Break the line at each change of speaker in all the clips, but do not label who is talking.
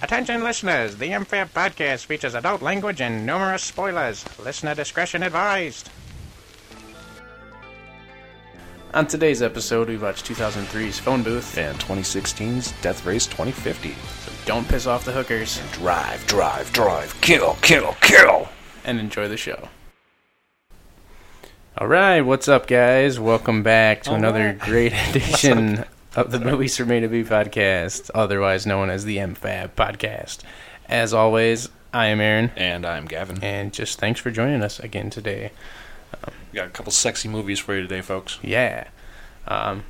Attention listeners, the Unfair Podcast features adult language and numerous spoilers. Listener discretion advised.
On today's episode, we watch 2003's Phone Booth.
and 2016's Death Race 2050.
Don't piss off the hookers
Drive, drive, drive, kill, kill, kill.
and enjoy the show. All right, what's up, guys? Welcome back to another great edition of the Movies for Me to Be podcast, otherwise known as the MFAB podcast. As always, I am Aaron,
And I'm Gavin.
and just thanks for joining us again today.
We got a couple sexy movies for you today, folks.
Yeah. Um,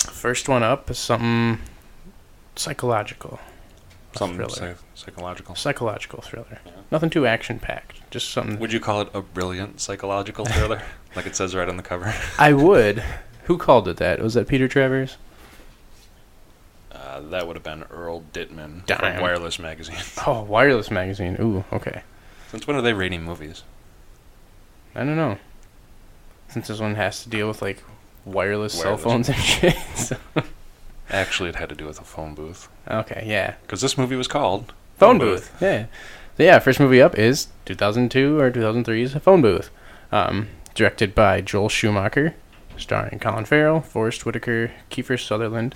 first one up is something psychological. A
Something
thriller.
psy- psychological.
psychological thriller. Nothing too action packed. Just something.
Would you call it a brilliant psychological thriller? like it says right on the cover.
I would. Who called it that? Was that Peter Travers?
Uh, that would have been Earl Dittman
Damn.
from Wireless Magazine.
Oh, Wireless Magazine. Ooh, okay.
Since when are they rating movies?
I don't know. Since this one has to deal with like wireless, cell
Wireless.
phones and shit. so-
Actually, it had to do with a phone booth.
okay, yeah.
Because this movie was called
Phone booth. Yeah. So yeah, first movie up is 2002 or 2003's Phone Booth, um, directed by Joel Schumacher, starring Colin Farrell, Forrest Whitaker, Kiefer Sutherland,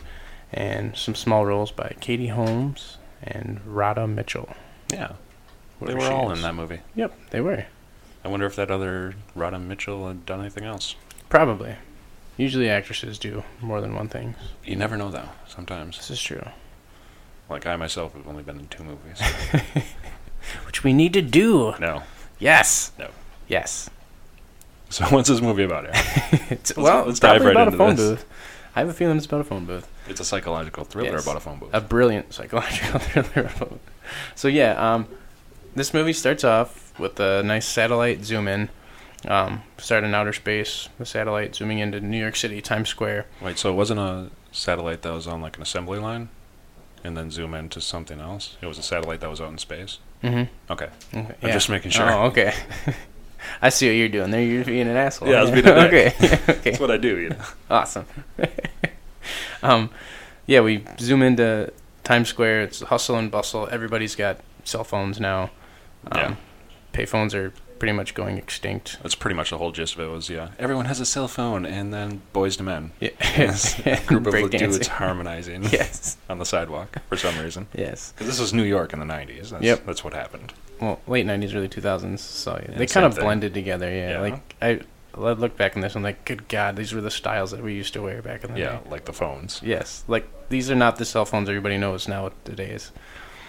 and some small roles by Katie Holmes and Rada Mitchell.
Yeah. They
whatever
were
she
all
is.
in that movie.
Yep, they were.
I wonder if that other Rodham Mitchell had done anything else.
Probably. Usually actresses do more than one thing.
You never know, though, sometimes.
This is true.
Like I myself have only been in two movies.
Which we need to do.
no.
Yes.
No.
Yes.
So what's this movie about? Aaron?
It's, well,
let's
it's probably
dive
about
right
a
into
phone
this.
booth. I have a feeling it's about a phone booth.
It's a psychological thriller
Yes.
about a phone booth.
A brilliant psychological thriller. so yeah, um, this movie starts off with a nice satellite zoom in. Um, start in outer space. The satellite zooming into New York City Times Square.
Wait, so it wasn't a satellite that was on like an assembly line, and then zoom into something else. It was a satellite that was out in space.
Mm-hmm.
Okay,
Okay,
I'm
yeah.
just making sure.
Oh, okay. I see what you're doing there. You're being an asshole.
Yeah, I was being a dick.
okay. okay.
That's what I do. You know?
Awesome. um, yeah, we zoom into Times Square. It's hustle and bustle. Everybody's got cell phones now. Um,
Yeah.
Payphones are pretty much going extinct.
That's pretty much the whole gist of it. Was yeah, everyone has a cell phone, and then boys to men,
Yeah.
a group of dudes
Breakdancing.
harmonizing
Yes.
on the sidewalk for some reason.
Yes.
'Cause this was New York in the '90s. That's,
Yep.
that's what happened.
Well, late '90s, early 2000s. So
Yeah,
they
same
kind of
thing.
blended together. Yeah.
Yeah.
Like I, I look back on this, I'm like, good God, these were the styles that we used to wear back in the
Yeah,
day.
like the phones.
Yes. Like these are not the cell phones everybody knows nowadays.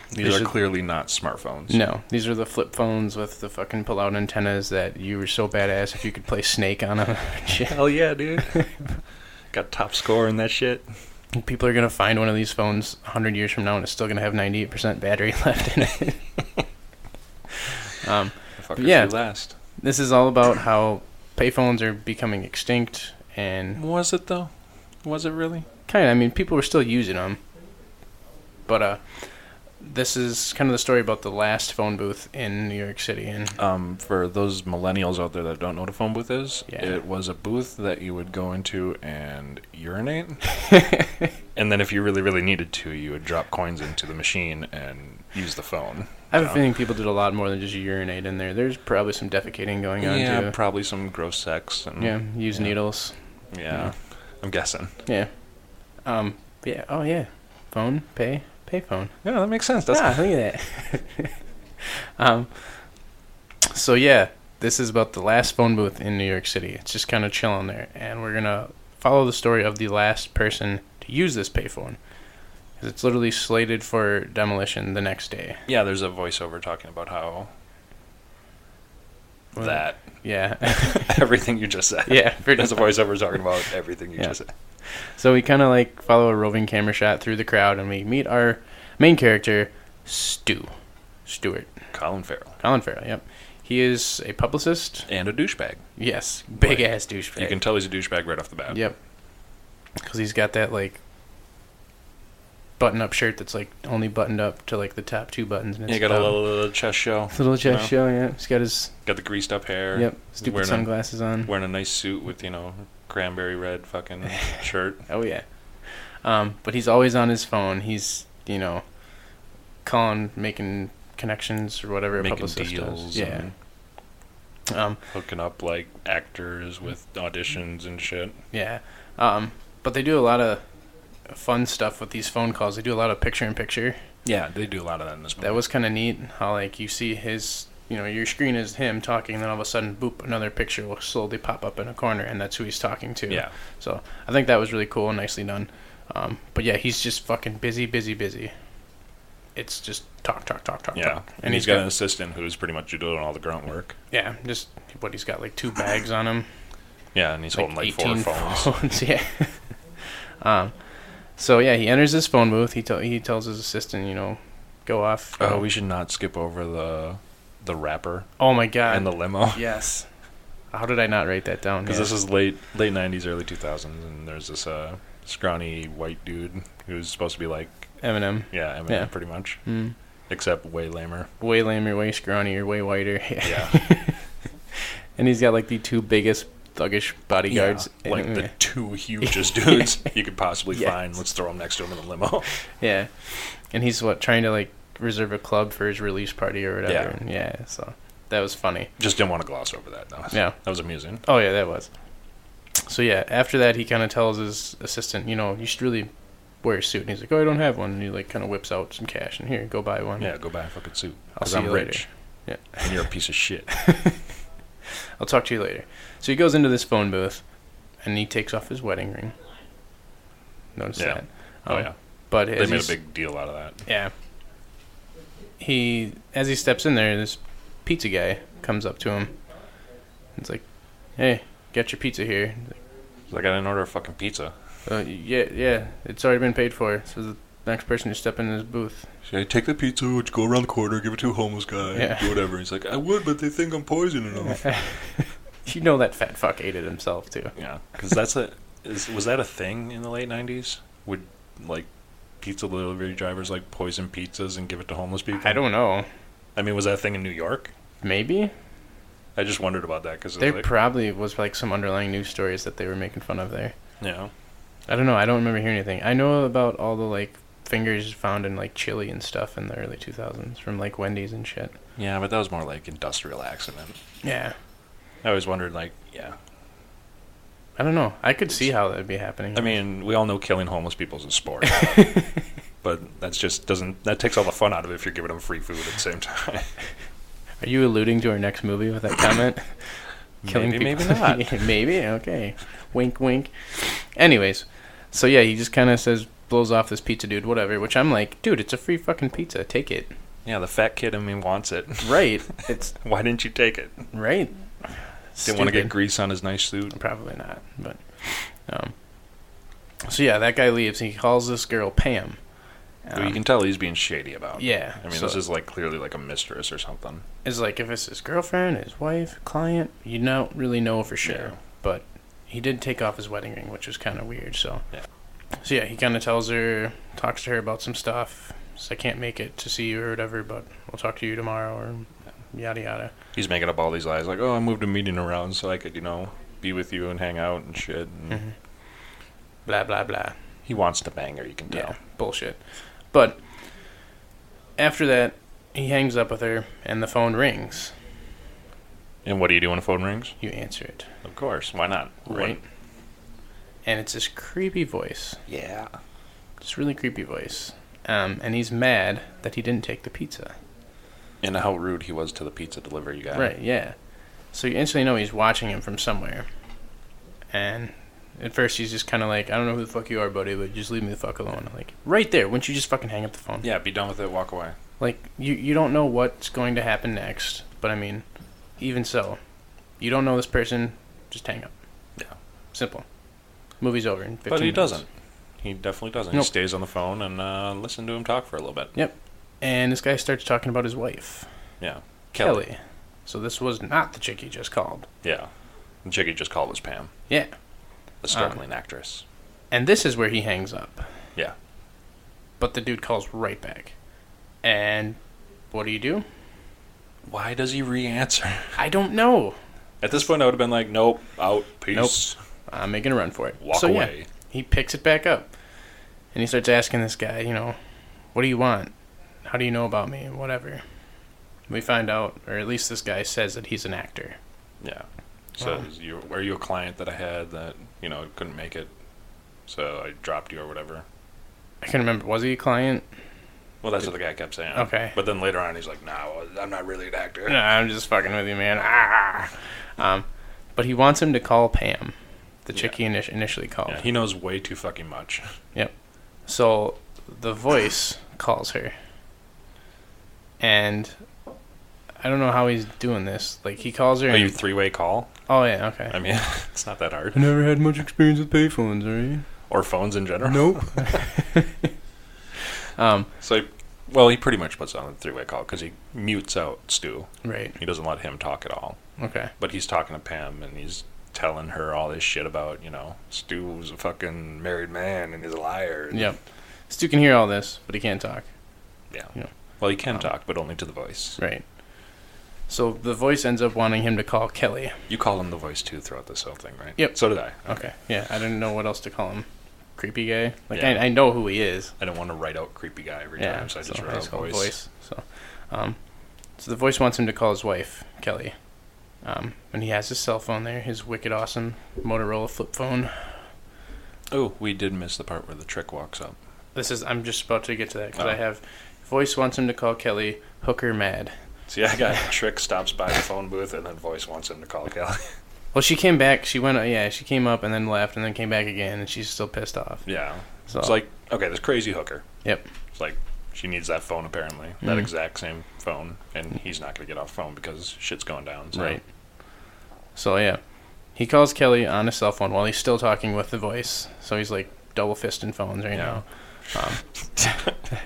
These
They
are
should-
clearly not smartphones.
No, these are the flip phones with the fucking pull-out antennas that you were so badass if you could play Snake on them. Shit.
Hell yeah, dude. Got top score in that shit.
People are gonna find one of these phones 100 years from now and it's still gonna have 98% battery left in it. um,
Fuckers
Yeah.
do last.
this is all about how payphones are becoming extinct and
Was it though? Was it really?
kind of. I mean, people were still using them, but uh, this is kind of the story about the last phone booth in New York City and
Um, for those millennials out there that don't know what a phone booth is,
Yeah.
it was a booth that you would go into and urinate, and then if you really, really needed to, you would drop coins into the machine and use the phone.
I have
Yeah.
a feeling people did a lot more than just urinate in there. There's probably some defecating going on
yeah,
too.
probably some gross sex. And,
Mm-hmm. Yeah, use
Yeah.
needles.
yeah, I'm guessing.
Yeah. Um. Yeah. Oh yeah. Phone pay pay phone.
Yeah, that makes sense. That's
That's ah, look at that. um. So yeah, this is about the last phone booth in New York City. It's just kind of chilling there, and we're gonna follow the story of the last person to use this payphone, because it's literally slated for demolition the next day.
yeah. There's a voiceover talking about how
Well,
that
Yeah.
everything you just said.
yeah. pretty
There's a voiceover talking about everything you
Yeah.
just said.
So we kind of like follow a roving camera shot through the crowd, and we meet our main character, Stu, Stewart,
Colin Farrell.
Colin Farrell. Yep, he is a publicist.
And a douchebag.
Yes, big
Like,
ass douchebag.
You can tell he's a douchebag right off the bat.
Yep, because he's got that like button-up shirt that's like only buttoned up to like the top two buttons. And
You got a little, little chest show.
little chest
no.
show. Yeah, he's got his
Got the greased up hair.
yep
wearing
stupid
a-
sunglasses on.
Wearing a nice suit with, you know, cranberry red fucking shirt.
Oh yeah, um, but he's always on his phone. He's you know calling, making connections or whatever a
making
publicist
deals,
does. Yeah.
and
Um,
hooking up like actors with auditions and shit.
yeah. Um, but they do a lot of fun stuff with these phone calls. They do a lot of picture in picture.
Yeah, they do a lot of that in this movie.
That was kind of neat. How like you see his, you know, your screen is him talking, and then all of a sudden, boop, another picture will slowly pop up in a corner, and that's who he's talking to.
yeah,
So I think that was really cool and nicely done. Um, but yeah, he's just fucking busy, busy, busy. It's just talk, talk, talk, talk,
yeah.
talk.
And, he's got, an assistant who's pretty much doing all the grunt work.
yeah, just what he's got like two bags on him.
Yeah, and he's holding like four
18
phones.
phones, yeah. um, so yeah, he enters his phone booth. He tell he tells his assistant, you know, go off.
Oh, we should not skip over the the rapper
oh my god.
and the limo
yes. How did I not write that down?
because
Yeah.
this is late late '90s, early 2000s, and there's this uh, scrawny white dude who's supposed to be like
Eminem.
yeah, Eminem
Yeah.
pretty much,
Mm.
except way lamer.
Way lamer, way scrawnier, way whiter.
Yeah,
and he's got like the two biggest thuggish bodyguards.
Yeah, like the
Anyway.
two hugest dudes you could possibly
Yes.
find. Let's throw them next to him in the limo.
Yeah, and he's what trying to like reserve a club for his release party or whatever.
Yeah.
And yeah, so that was funny.
Just didn't want to gloss over that. That was,
Yeah.
that was amusing.
Oh yeah, that was. So yeah, after that he kind of tells his assistant, you know, you should really wear a suit. And he's like, oh, I don't have one. And he like kind of whips out some cash and here, go buy one.
Yeah, go buy a fucking suit.
I'll
Because
see
I'm
you later.
rich.
Yeah.
and you're a piece of shit.
I'll talk to you later. So he goes into this phone booth, and he takes off his wedding ring. Notice
Yeah.
that.
Oh
Um,
yeah,
But
they
as
made a
he's-
big deal out of that.
Yeah. He as he steps in there, this pizza guy comes up to him. It's like, "Hey, got your pizza here." He's
Like I didn't order a fucking pizza.
Like, uh, yeah, yeah, it's already been paid for. So the next person to step in this booth.
Should I take the pizza, which go around the corner, give it to a homeless guy,
Yeah.
do whatever? He's like, I would, but they think I'm poisoning them.
You know that fat fuck ate it himself too.
Yeah, because that's a is, was that a thing in the late '90s? Would like pizza delivery drivers like poison pizzas and give it to homeless people?
I don't know.
I mean, was that a thing in New York?
Maybe
I just wondered about that because
there
like,
probably was like some underlying news stories that they were making fun of there.
yeah,
I don't know. I don't remember hearing anything. I know about all the like fingers found in like chili and stuff in the early 2000s from like Wendy's and shit.
yeah, but that was more like industrial accident.
Yeah.
I always wondered, like, yeah.
I don't know. I could see how that would be happening.
I mean, we all know killing homeless people is a sport, but that's just doesn't that takes all the fun out of it if you're giving them free food at the same time.
are you alluding to our next movie with that comment?
maybe, maybe
people-
not.
Yeah, maybe. Okay. Wink, wink. Anyways, so yeah, he just kind of says blows off this pizza dude, whatever. Which I'm like, dude, it's a free fucking pizza. Take it.
Yeah, the fat kid in me wants it.
Right. It's
Why didn't you take it?
right.
Didn't want to get
Stupid.
grease on his nice suit.
Probably not. But um. So yeah, that guy leaves. He calls this girl Pam.
Well, you
Um,
can tell he's being shady about. it.
yeah.
I mean,
so-
this is like clearly like a mistress or something.
is like if it's his girlfriend, his wife, client, you don't really know for sure.
Yeah.
But he did take off his wedding ring, which is kind of weird. So
Yeah.
so yeah, he kind of tells her, talks to her about some stuff. So I can't make it to see you or whatever, but we'll talk to you tomorrow or yada yada.
He's making up all these lies, like, "Oh, I moved a meeting around so I could, you know, be with you and hang out and shit." And
Mhm. Blah blah blah.
He wants to bang her, you can
Yeah,
tell.
bullshit. But after that, he hangs up with her, and the phone rings.
And what do you do when a phone rings?
You answer it,
Of course, why not?
right? And it's this creepy voice.
Yeah.
this really creepy voice, um, and he's mad that he didn't take the pizza.
And how rude he was to the pizza delivery guy.
Right, yeah. So you instantly know he's watching him from somewhere. And at first he's just kind of like, I don't know who the fuck you are, buddy, but just leave me the fuck alone. Like, right there, wouldn't you just fucking hang up the phone?
Yeah, be done with it. Walk away.
Like, you, you don't know what's going to happen next, but I mean, even so, you don't know this person, just hang up.
Yeah.
Simple. Movie's over in 15
But he
minutes.
doesn't. He definitely doesn't.
Nope.
He stays on the phone and uh, listen to him talk for a little bit.
And this guy starts talking about his wife,
Yeah.
Kelly. So this was not the chick he just called.
Yeah. The chick he just called was Pam,
Yeah. Oh.
the startling actress.
And this is where he hangs up.
Yeah.
But the dude calls right back. And what do you do?
Why does he re-answer?
I don't know.
At this point, I would have been like, nope, out, peace,
I'm making a run for it.
walk
so,
away.
Yeah, he picks it back up. And he starts asking this guy, you know, what do you want? How do you know about me? Whatever. We find out, or at least this guy says that he's an actor.
Yeah. So
Wow.
is you are you a client that I had that you know couldn't make it, so I dropped you or whatever.
I can't remember. Was he a client?
Well, that's what the guy kept saying.
Okay.
But then later on, he's like, "Nah, well, I'm not really an actor."
No, I'm just fucking with you, man. Ah. Um, but he wants him to call Pam, the chick he init- initially called.
Yeah, he knows way too fucking much.
So the voice calls her. And I don't know how he's doing this. Like he calls her
Are you
and,
three way call?
Oh yeah, okay.
I mean, it's not that hard.
I never had much experience with payphones, right?
Or phones in general.
Nope. um,
So, he- well, he pretty much puts on a three way call because he mutes out Stu.
right.
He doesn't let him talk at all.
Okay.
But he's talking to Pam and he's telling her all this shit about you know Stu was a fucking married man and he's a liar. and-
Yep. Stu can hear all this, but he can't talk.
Yeah.
Yeah.
Well, he can
Um,
talk, but only to the voice.
Right. So the voice ends up wanting him to call Kelly.
You call him the voice too throughout this whole thing, right?
Yep.
So did I.
Okay. Yeah, I didn't know what else to call him. Creepy guy. Like
Yeah.
I, I know who he is.
I didn't want to write out creepy guy every
yeah.
time, so I just
so
wrote out
call him
voice.
So, um, so the voice wants him to call his wife, Kelly. Um, and he has his cell phone there, his wicked awesome Motorola flip phone.
Oh, we did miss the part where the trick walks up.
This is I'm just about to get to that because
Oh.
I have voice wants him to call Kelly hooker mad.
See, I got trick stops by the phone booth, and then voice wants him to call Kelly.
Well, she came back. She went. Yeah, she came up and then left and then came back again, and she's still pissed off.
yeah.
So
It's like okay, this crazy hooker.
Yep.
It's like she needs that phone apparently, that
Mhm.
exact same phone, and he's not gonna get off phone because shit's going down. So.
right. So yeah, he calls Kelly on his cell phone while he's still talking with the voice. So he's like double fisting phones right
Yeah.
now. Um,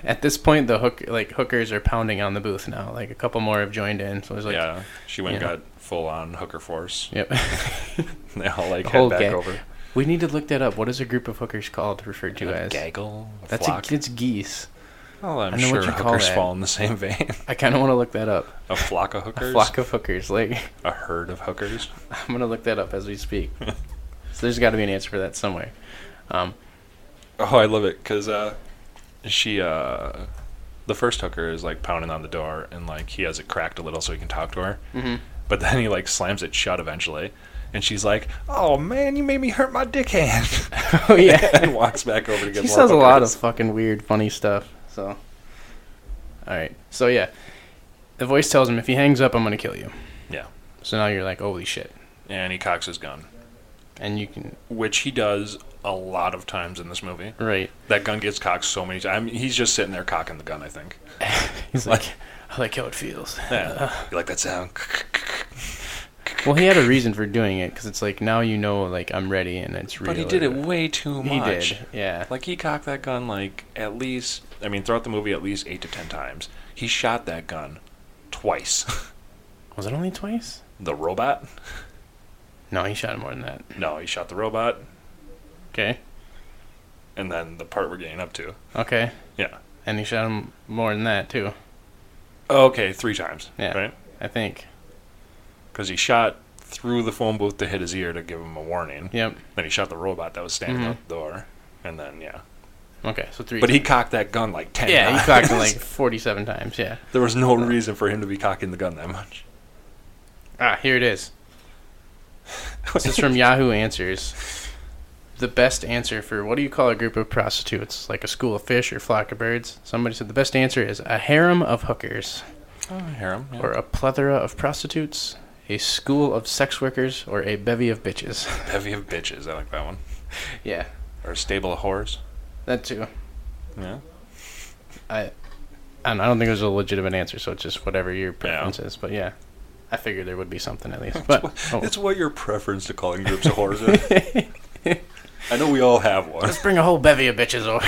at this point, the hook like hookers are pounding on the booth now. Like a couple more have joined in. So there's like
yeah, she went and
Yeah.
got full on hooker force.
yep.
They all like
The
head
whole
back
gang-
over.
we need to look that up. What is a group of hookers called referred to
A
as?
gaggle. A
That's
flock.
a, it's geese.
Well, I'm
I know
sure
what you call
hookers
that.
fall in the same vein.
I kind of want to look that up.
A flock of
A
hookers?
flock of hookers. Like
A herd of hookers?
I'm gonna look that up as we speak. so there's got to be an answer for that somewhere. Um,
Oh, I love it because uh, she, uh, the first hooker is like pounding on the door and like he has it cracked a little so he can talk to her.
Mhm.
But then he like slams it shut eventually, and she's like, "Oh man, you made me hurt my dick hand,"
oh yeah.
and walks back over to get
He
more
says a lot of
hookers.
fucking weird, funny stuff. So, all right. So yeah, the voice tells him if he hangs up, I'm gonna kill you.
Yeah.
So now you're like, holy shit,
and he cocks his gun,
and you can
which he does a lot of times in this movie.
right.
That gun gets cocked so many times. I mean, he's just sitting there cocking the gun. I think.
He's like, I like how it feels.
Yeah. you like that sound?
Well, he had a reason for doing it because it's like now you know, like I'm ready, and it's real.
But he did it way too
He
much.
did. Yeah.
Like he cocked that gun like at least I mean throughout the movie at least eight to ten times. He shot that gun twice.
Was it only twice?
the robot?
No, he shot it more than that.
No, he shot the robot
Okay.
and then the part we're getting up to.
Okay.
Yeah.
And he shot him more than that too.
Okay, three times.
Yeah.
Right?
I think.
Because he shot through the phone booth to hit his ear to give him a warning.
Yep.
Then he shot the robot that was standing
Mhm.
out the door. And then yeah.
Okay. So three.
But he cocked that gun like ten
Yeah, he
times.
cocked it like uh, 47 times. Yeah.
there was no reason for him to be cocking the gun that much.
Ah, here it is. This is from Yahoo Answers. The best answer for what do you call a group of prostitutes? Like a school of fish or flock of birds? Somebody said the best answer is a harem of hookers,
Oh, harem. Yeah.
or a plethora of prostitutes, a school of sex workers, or a bevy of bitches.
Bevy of bitches, I like that one.
yeah,
Or a stable of whores.
that too.
Yeah.
I, I don't, know, I don't think it was a legitimate answer, so it's just whatever your preference is. But yeah, I figured there would be something at least. But oh,
It's what your preference to calling groups of whores is. I know we all have one.
Let's bring a whole bevy of bitches over.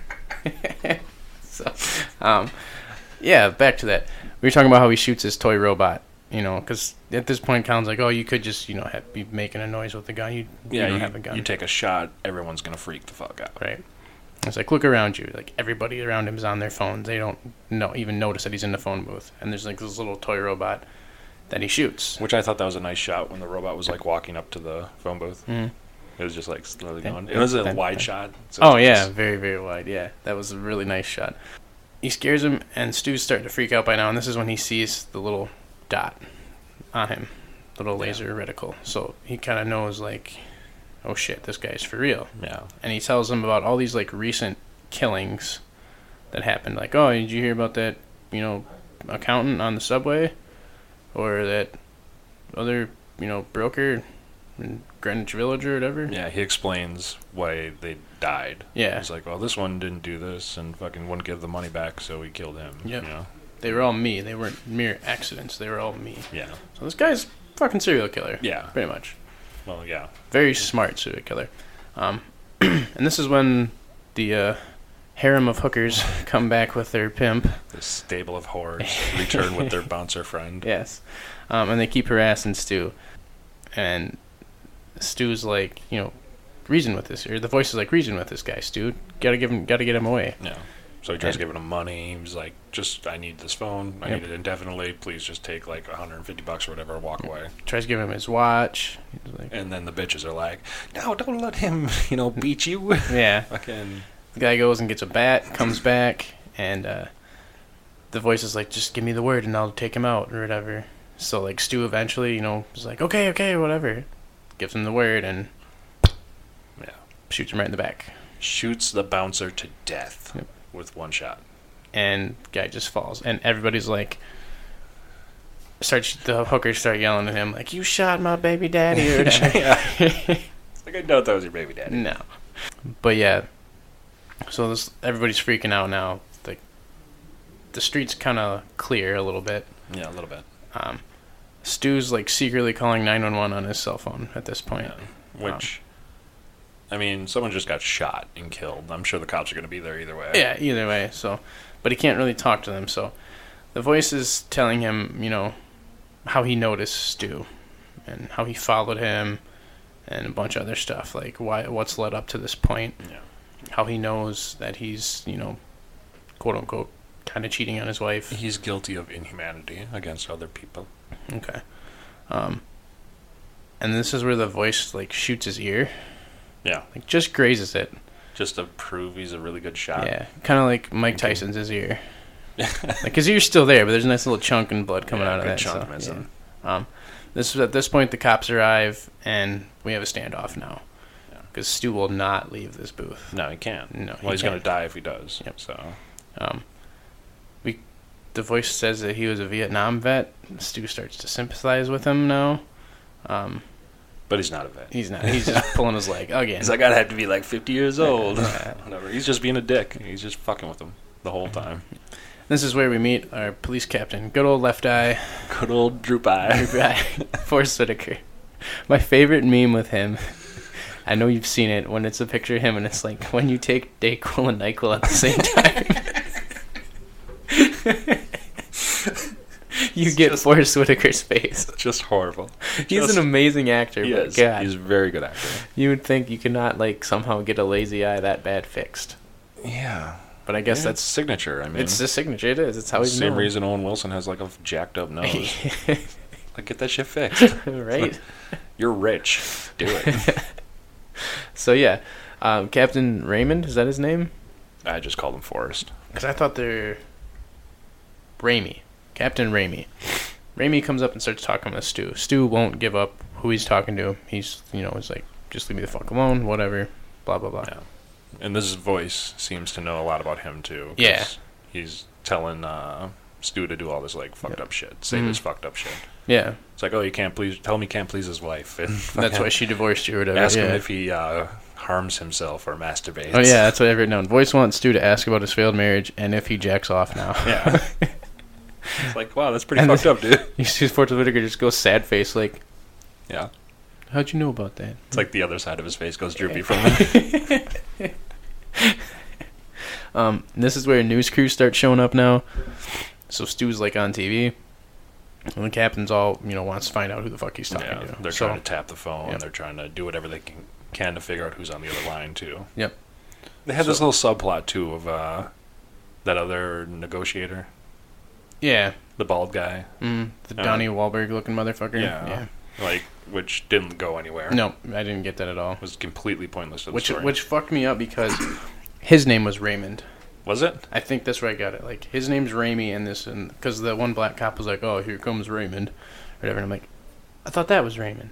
so, um, yeah, back to that. We were talking about how he shoots his toy robot, you know, because at this point, Colin's like, "Oh, you could just, you know, have, be making a noise with the gun. You, you
Yeah,
don't
you,
have a gun,
you take a shot, everyone's gonna freak the fuck out.
right?" It's like, look around you. Like everybody around him is on their phones. They don't no even notice that he's in the phone booth. And there's like this little toy robot that he shoots.
Which I thought that was a nice shot when the robot was like walking up to the phone booth.
Mhm.
It was just like slowly
Then-
going. It was a
then-
wide
then-
shot. so
Oh
it's
yeah,
just-
very very wide. Yeah, that was a really nice shot. He scares him, and Stu's starting to freak out by now. And this is when he sees the little dot on him, little laser reticle. So he kind of knows, like, oh shit, this guy's for real.
Yeah.
And he tells him about all these like recent killings that happened. Like, oh, did you hear about that? You know, accountant on the subway, or that other you know broker in Greenwich Village or whatever.
Yeah, he explains why they died.
Yeah.
He's like, well, this one didn't do this and fucking wouldn't give the money back, so we killed him.
Yep.
You know?
They were all me. They weren't mere accidents. They were all me.
Yeah.
So this guy's a fucking serial killer.
Yeah.
Pretty much.
Well, yeah.
Very smart serial killer. Um, and this is when the uh, harem of hookers come back with their pimp.
The stable of horrors return with their bouncer friend.
Yes. Um, and they keep harassing Stu. And Stu's like, you know, reason with this. Or the voice is like, reason with this guy, Stu. Gotta give him, gotta get him away.
Yeah. So he tries giving him money. He was like, just, I need this phone. I
Yep.
need it indefinitely. Please just take like 150 bucks or whatever and walk away.
Tries to give him his watch. He's like,
And then the bitches are like, no, don't let him, you know, beat you.
yeah.
fucking.
The guy goes and gets a bat, comes back, and uh, the voice is like, "Just give me the word, and I'll take him out or whatever." So like Stu eventually, you know, is like, "Okay, okay, whatever," gives him the word and
Yeah.
shoots him right in the back,
Shoots the bouncer to death
Yep.
with one shot.
and guy just falls, and everybody's like. Starts the hookers start yelling at him like you shot my baby daddy or whatever.
Like, I doubt that was your baby daddy.
no, but yeah. So this everybody's freaking out now. Like the street's kind of clear a little bit,
Yeah, a little bit.
Um, Stu's like secretly calling 911 on his cell phone at this point.
Which, I mean, someone just got shot and killed. I'm sure the cops are going to be there either way.
Yeah, either way. So, but he can't really talk to them. So, the voice is telling him, you know, how he noticed Stu, and how he followed him, and a bunch of other stuff like why what's led up to this point.
Yeah.
How he knows that he's, you know, quote unquote, kind of cheating on his wife.
He's guilty of inhumanity against other people.
Okay. Um, and this is where the voice like shoots his ear.
Yeah.
Like just grazes it.
Just to prove he's a really good shot.
Yeah, kind of like Mike
Okay.
Tyson's his ear. like his ear's still there, but there's a nice little chunk and blood coming
Yeah,
out of
good
that.
chunk
so,
missing.
yeah. Um, this at this point the cops arrive and we have a standoff now
Yeah.
because Stu will not leave this booth.
No, he can't.
No, he
well, he's going
can't.
to die if he does.
Yep.
So
Um, we the voice says that he was a Vietnam vet. Stu starts to sympathize with him now. Um,
But he's not a vet.
he's not. He's just pulling his leg again.
He's like, I'd have to be like 50 years old. Whatever. He's just being a dick. He's just fucking with them the whole time.
this is where we meet our police captain, good old Left Eye.
Good old droop eye.
Forrest Whitaker. My favorite meme with him. I know you've seen it when it's a picture of him and it's like when you take Dayquil and Nyquil at the same time. you get Forrest Whitaker's face.
just horrible.
He's
Just-
an amazing actor,
He
but
is.
God,
He's a very good actor.
you would think you could not like somehow get a lazy eye that bad fixed.
Yeah.
But I guess
yeah,
that's
signature. I mean,
it's his signature. It is. It's how he's
same
known.
reason Owen Wilson has like a jacked up nose. like, get that shit fixed.
right.
You're rich. Do it.
So yeah, um, Captain Raymond is that his name?
I just called him Forrest.
Because I thought they're Raimi, Captain Raimi. Raimi comes up and starts talking with Stu. Stu won't give up who he's talking to. He's you know he's like just leave me the fuck alone, whatever, blah blah blah.
Yeah. And this voice seems to know a lot about him too. 'cause
Yeah.
He's telling uh, Stu to do all this like fucked up shit. Say this fucked up shit.
Yeah,
It's like, oh, you can't please. Tell him he can't please his wife. And
that's why she divorced you or whatever.
ask
Mm. yeah.
him if he uh, harms himself or masturbates.
Oh yeah, that's what I've written down. Voice wants Stu to ask about his failed marriage and if he jacks off now.
yeah. it's like, wow, that's pretty
And
fucked up, dude.
you see Fortune Whitaker just goes sad face like,
Yeah.
how'd you know about that?
It's like the other side of his face goes droopy from it.
Um, and this is where news crews start showing up now. So Stu's like on TV, and the captain's all you know wants to find out who the fuck he's talking
yeah,
to.
they're
so,
trying to tap the phone.
Yep.
They're trying to do whatever they can, can to figure out who's on the other line too.
Yep.
They had this little subplot too of uh, that other negotiator,
yeah,
the bald guy,
mm, the
Uh,
Donnie Wahlberg looking motherfucker.
Yeah. like which didn't go anywhere.
yeah. No, I didn't get that at all.
was completely pointless to the
Which
story.
which fucked me up because his name was Raymond,
Was it?
I think that's where I got it. Like his name's Raimi, and this, and because the one black cop was like, "Oh, here comes Raymond," or whatever. And I'm like, I thought that was Raymond.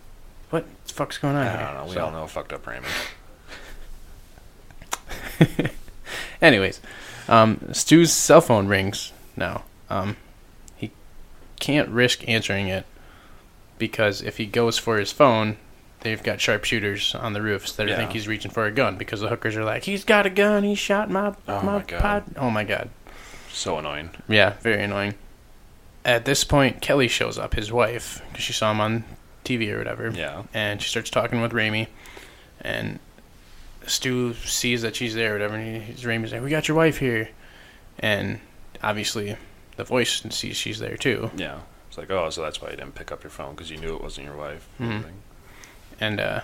What the fuck's going on?
I
here?
don't know. We
So-
all know fucked up Raymond.
Anyways, um, Stu's cell phone rings now. Um, he can't risk answering it because if he goes for his phone, they've got sharpshooters on the roofs that
Yeah.
think he's reaching for a gun because the hookers are like, "He's got a gun. He shot my
Oh
my,
my God.
pod." Oh my god.
So annoying.
Yeah, very annoying. At this point, Kelly shows up, his wife, because she saw him on TV or whatever,
Yeah.
and she starts talking with Raimi, and Stu sees that she's there or whatever, and he, he's- Raimi's like, "We got your wife here," and obviously, the voice sees she's there too,
Yeah. It's like, oh, so that's why you didn't pick up your phone because you knew it wasn't your wife. or
Mhm.
something.
and uh,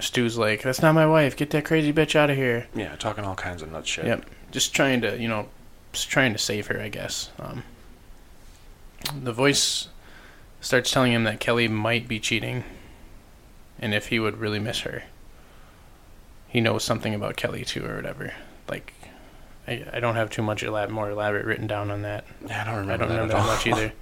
Stu's like, "That's not my wife. Get that crazy bitch out of here."
Yeah, talking all kinds of nut shit.
Yep. just trying to you know just trying to save her i guess um, the voice starts telling him that kelly might be cheating and if he would really miss her he knows something about kelly too or whatever like i, I don't have too much elab- more elaborate written down on that
Yeah, I don't remember.
i don't
that
remember
at
that
all.
much either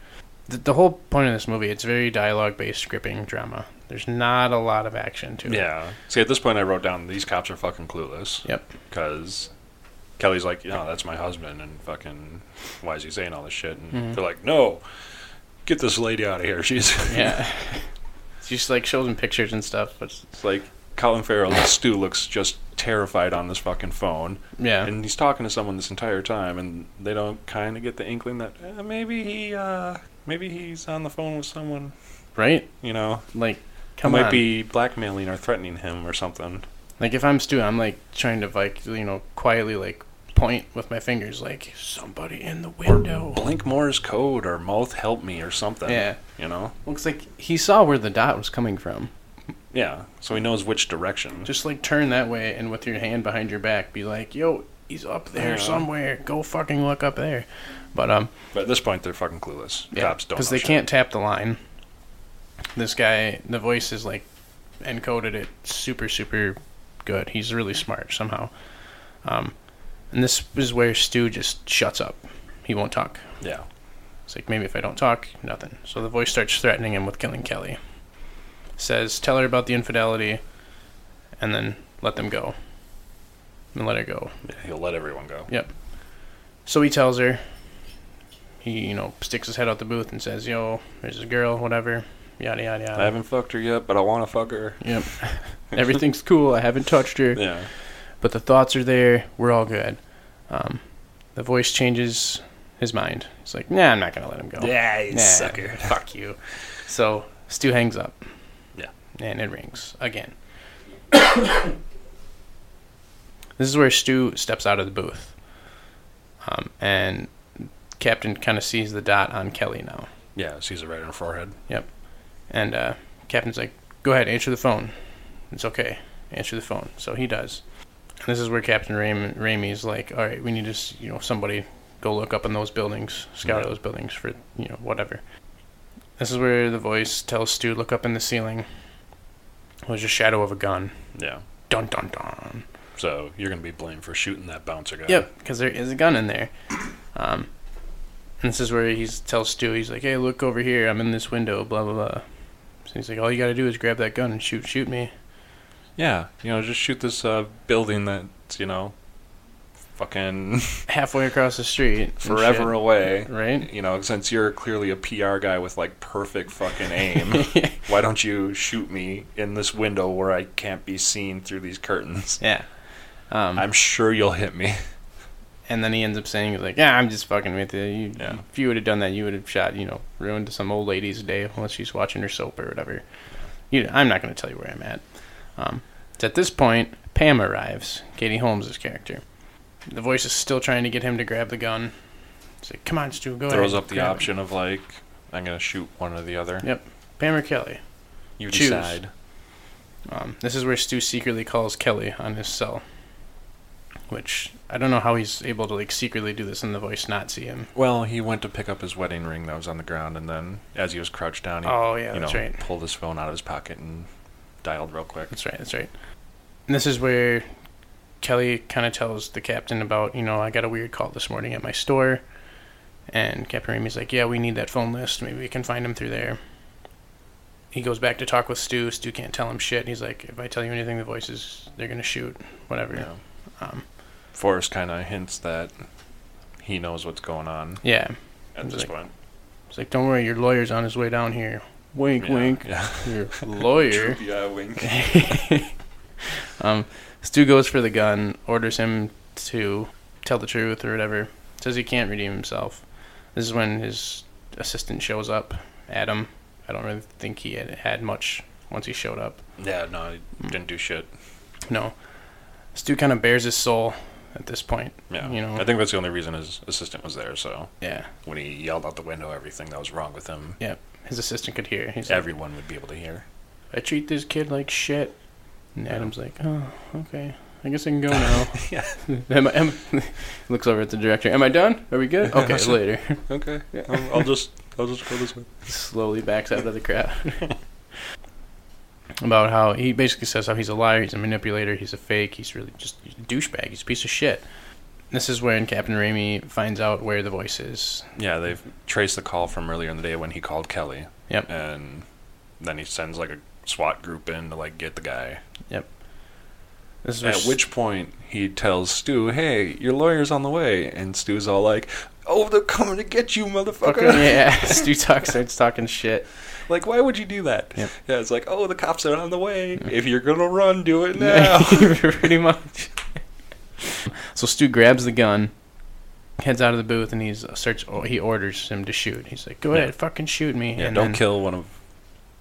the, the whole point of this movie it's very dialogue based scripting drama there's not a lot of action to it
Yeah. See, at this point, I wrote down these cops are fucking clueless.
Yep.
Because Kelly's like, no, that's my husband, and fucking, why is he saying all this shit? And
Mhm.
they're like, no, get this lady out of here. She's
yeah she just like shows him pictures and stuff but it's-
it's like Colin Farrell. and Stu looks just terrified on this fucking phone,
yeah
and he's talking to someone this entire time, and they don't kind of get the inkling that eh, maybe he, uh, maybe he's on the phone with someone,
right
you know,
Like,
who
come
might
on.
be blackmailing or threatening him or something.
Like, if I'm Stu, I'm like trying to like you know quietly like point with my fingers like somebody in the window.
Blink Moore's code or mouth help me or something.
Yeah,
You know?
looks like he saw where the dot was coming from.
Yeah. So he knows which direction.
Just like turn that way and with your hand behind your back, be like, "Yo, he's up there
Yeah.
somewhere. Go fucking look up there." But um,
But at this point, they're fucking clueless.
yeah,
Cops don't.
because
know
they
shit.
can't tap the line. This guy, the voice is like encoded it super super good. He's really smart somehow. Um, and this is where Stu just shuts up. He won't talk.
Yeah.
It's like maybe if I don't talk, nothing. So the voice starts threatening him with killing Kelly. Says, "Tell her about the infidelity, and then let them go, and let her go."
Yeah, He'll let everyone go.
So he tells her. He, you know, sticks his head out the booth and says, "Yo, there's a girl, whatever, yada yada
I
yada."
haven't fucked her yet, but I want to fuck her.
Yep. Everything's cool. I haven't touched her,
Yeah.
but the thoughts are there. We're all good. Um, the voice changes his mind. He's like, "Nah, I'm not gonna let him go."
Yeah,
Nah, Fuck you. So Stu hangs up.
Yeah.
And it rings again. this is where Stu steps out of the booth. Um, and Captain kind of sees the dot on Kelly now.
Yeah, sees it right on her forehead.
And uh, Captain's like, go ahead, answer the phone. It's okay. Answer the phone. So he does. And this is where Captain Raim- Raimi's like, all right, we need to, s- you know, somebody go look up in those buildings, scout
Yeah.
those buildings for, you know, whatever. This is where the voice tells Stu, look up in the ceiling. There's a shadow of a gun.
Yeah.
Dun dun dun.
So you're going to be blamed for shooting that bouncer guy.
Yep, because there is a gun in there. Um, and this is where he tells Stu, he's like, "Hey, look over here. I'm in this window." Blah blah blah. So he's like, "All you gotta do is grab that gun and shoot, shoot me."
Yeah. You know, just shoot this uh, building that's, you know, fucking
halfway across the street, and
forever away.
shit, right?
You know, since you're clearly a PR guy with like perfect fucking aim. Why don't you shoot me in this window where I can't be seen through these curtains?
yeah. Um,
I'm sure you'll hit me.
and then he ends up saying, he's like, yeah, I'm just fucking with you. you
Yeah.
If you would have done that, you would have shot, you know, ruined some old lady's day unless she's watching her soap or whatever. You, I'm not going to tell you where I'm at. Um, it's at this point, Pam arrives, Katie Holmes' character. The voice is still trying to get him to grab the gun. It's like, come on, Stu, go
Throws
ahead,
up the
grab it."
option of like, I'm gonna shoot one or the other.
Yeah. Pam or Kelly.
You
Choose.
decide.
Um, this is where Stu secretly calls Kelly on his cell, which I don't know how he's able to like secretly do this and the voice not see him.
Well, he went to pick up his wedding ring that was on the ground, and then as he was crouched down, he
Oh yeah,
you know
that's right.
pulled his phone out of his pocket and dialed real quick.
That's right. That's right. And this is where Kelly kind of tells the captain about, you know, I got a weird call this morning at my store. And Captain Remy's like, yeah, we need that phone list. Maybe we can find him through there. He goes back to talk with Stu. Stu can't tell him shit. He's like, if I tell you anything, the voices, they're going to shoot. Whatever.
Yeah.
Um,
Forrest kind of hints that he knows what's going on
yeah.
at
He's
this
like,
point.
It's like, don't worry, your lawyer's on his way down here. Wink,
Yeah,
wink.
Yeah.
Your lawyer.
Droopy eye wink.
um, Stu goes for the gun, orders him to tell the truth or whatever. Says he can't redeem himself. This is when his assistant shows up, Adam. I don't really think he had, had much once he showed up.
Yeah, no, he didn't do shit.
No. Stu kind of bears his soul at this point.
Yeah.
You know.
I think that's the only reason his assistant was there, so
Yeah.
when he yelled out the window everything that was wrong with him,
His assistant could hear. He's like,
everyone would be able to hear.
I treat this kid like shit. And Adam's like, oh, okay. I guess I can go now.
Yeah.
Am I, am, looks over at the director. Am I done? Are we good? Okay, later.
Okay.
Yeah.
I'll, just I'll just go this way.
slowly backs out of the crowd. About how he basically says how he's a liar, he's a manipulator, he's a fake, he's really just a douchebag, he's a piece of shit. This is when Captain Raimi finds out where the voice is.
Yeah, they've traced the call from earlier in the day when he called Kelly.
Yep.
And then he sends like a SWAT group in to like get the guy.
This is where
At
S-
which point he tells Stu, "Hey, your lawyer's on the way," and Stu's all like, "Oh, they're coming to get you,
fucking
motherfucker!"
yeah, Stu Talk starts talking shit.
Like, why would you do that?
Yep.
Yeah, it's like, "Oh, the cops are on the way. If you're gonna run, do it now."
Pretty much. So Stu grabs the gun, heads out of the booth, and he's starts. He orders him to shoot. He's like, "Go
Yeah.
ahead, fucking shoot me."
yeah,
and
don't
then,
kill one of,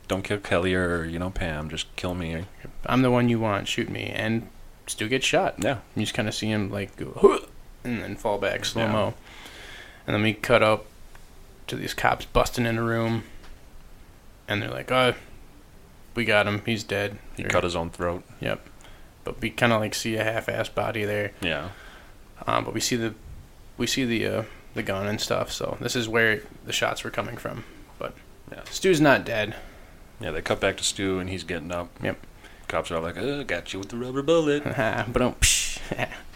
don't kill Kelly or you know Pam. Just kill me.
I'm the one you want. Shoot me, and Stu gets shot.
Yeah,
You just kind of see him like go, "Huh," and then fall back slow mo, and then we cut up to these cops busting in a room, and they're like, "Oh, we got him. He's dead."
he
Or-
cut his own throat.
but we kind of like see a half-assed body there.
Yeah,
Um, but we see the we see the uh, the gun and stuff. So this is where the shots were coming from. But
Yeah.
Stu's not dead.
yeah. They cut back to Stu, and he's getting up.
Yep.
Cops are like, oh, "Got you with the rubber bullet."
but um, don't.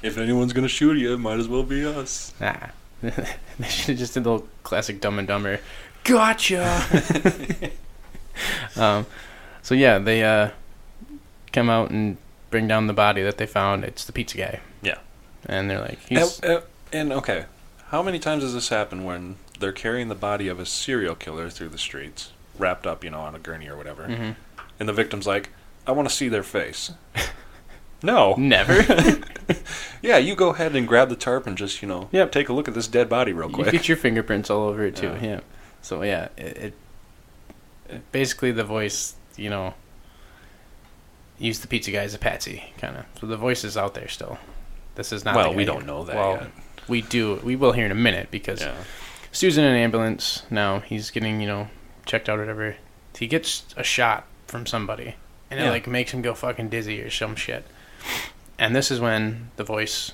If anyone's gonna shoot you, it might as well be us.
Nah. they should have just did the old classic Dumb and Dumber. Gotcha. um, so yeah, they uh, come out and bring down the body that they found. It's the pizza guy.
Yeah.
And they're like,
And,
he's
uh, and okay, how many times does this happen when they're carrying the body of a serial killer through the streets, wrapped up, you know, on a gurney or whatever,
Mhm.
and the victim's like, "I want to see their face." no.
never.
Yeah, you go ahead and grab the tarp and just, you know,
Yep.
take a look at this dead body real
you
quick.
get your fingerprints all over it too.
Yeah.
Yeah. So yeah, it, it basically the voice, you know, used the pizza guy as a patsy, kind of. So the voice is out there still. This is not. the
well, we
guy-
don't know that
well,
yet.
We do. We will hear in a minute because
Yeah.
Stu's in an ambulance now. He's getting, you know, checked out or whatever. He gets a shot from somebody, and it
Yeah.
like makes him go fucking dizzy or some shit. And this is when the voice,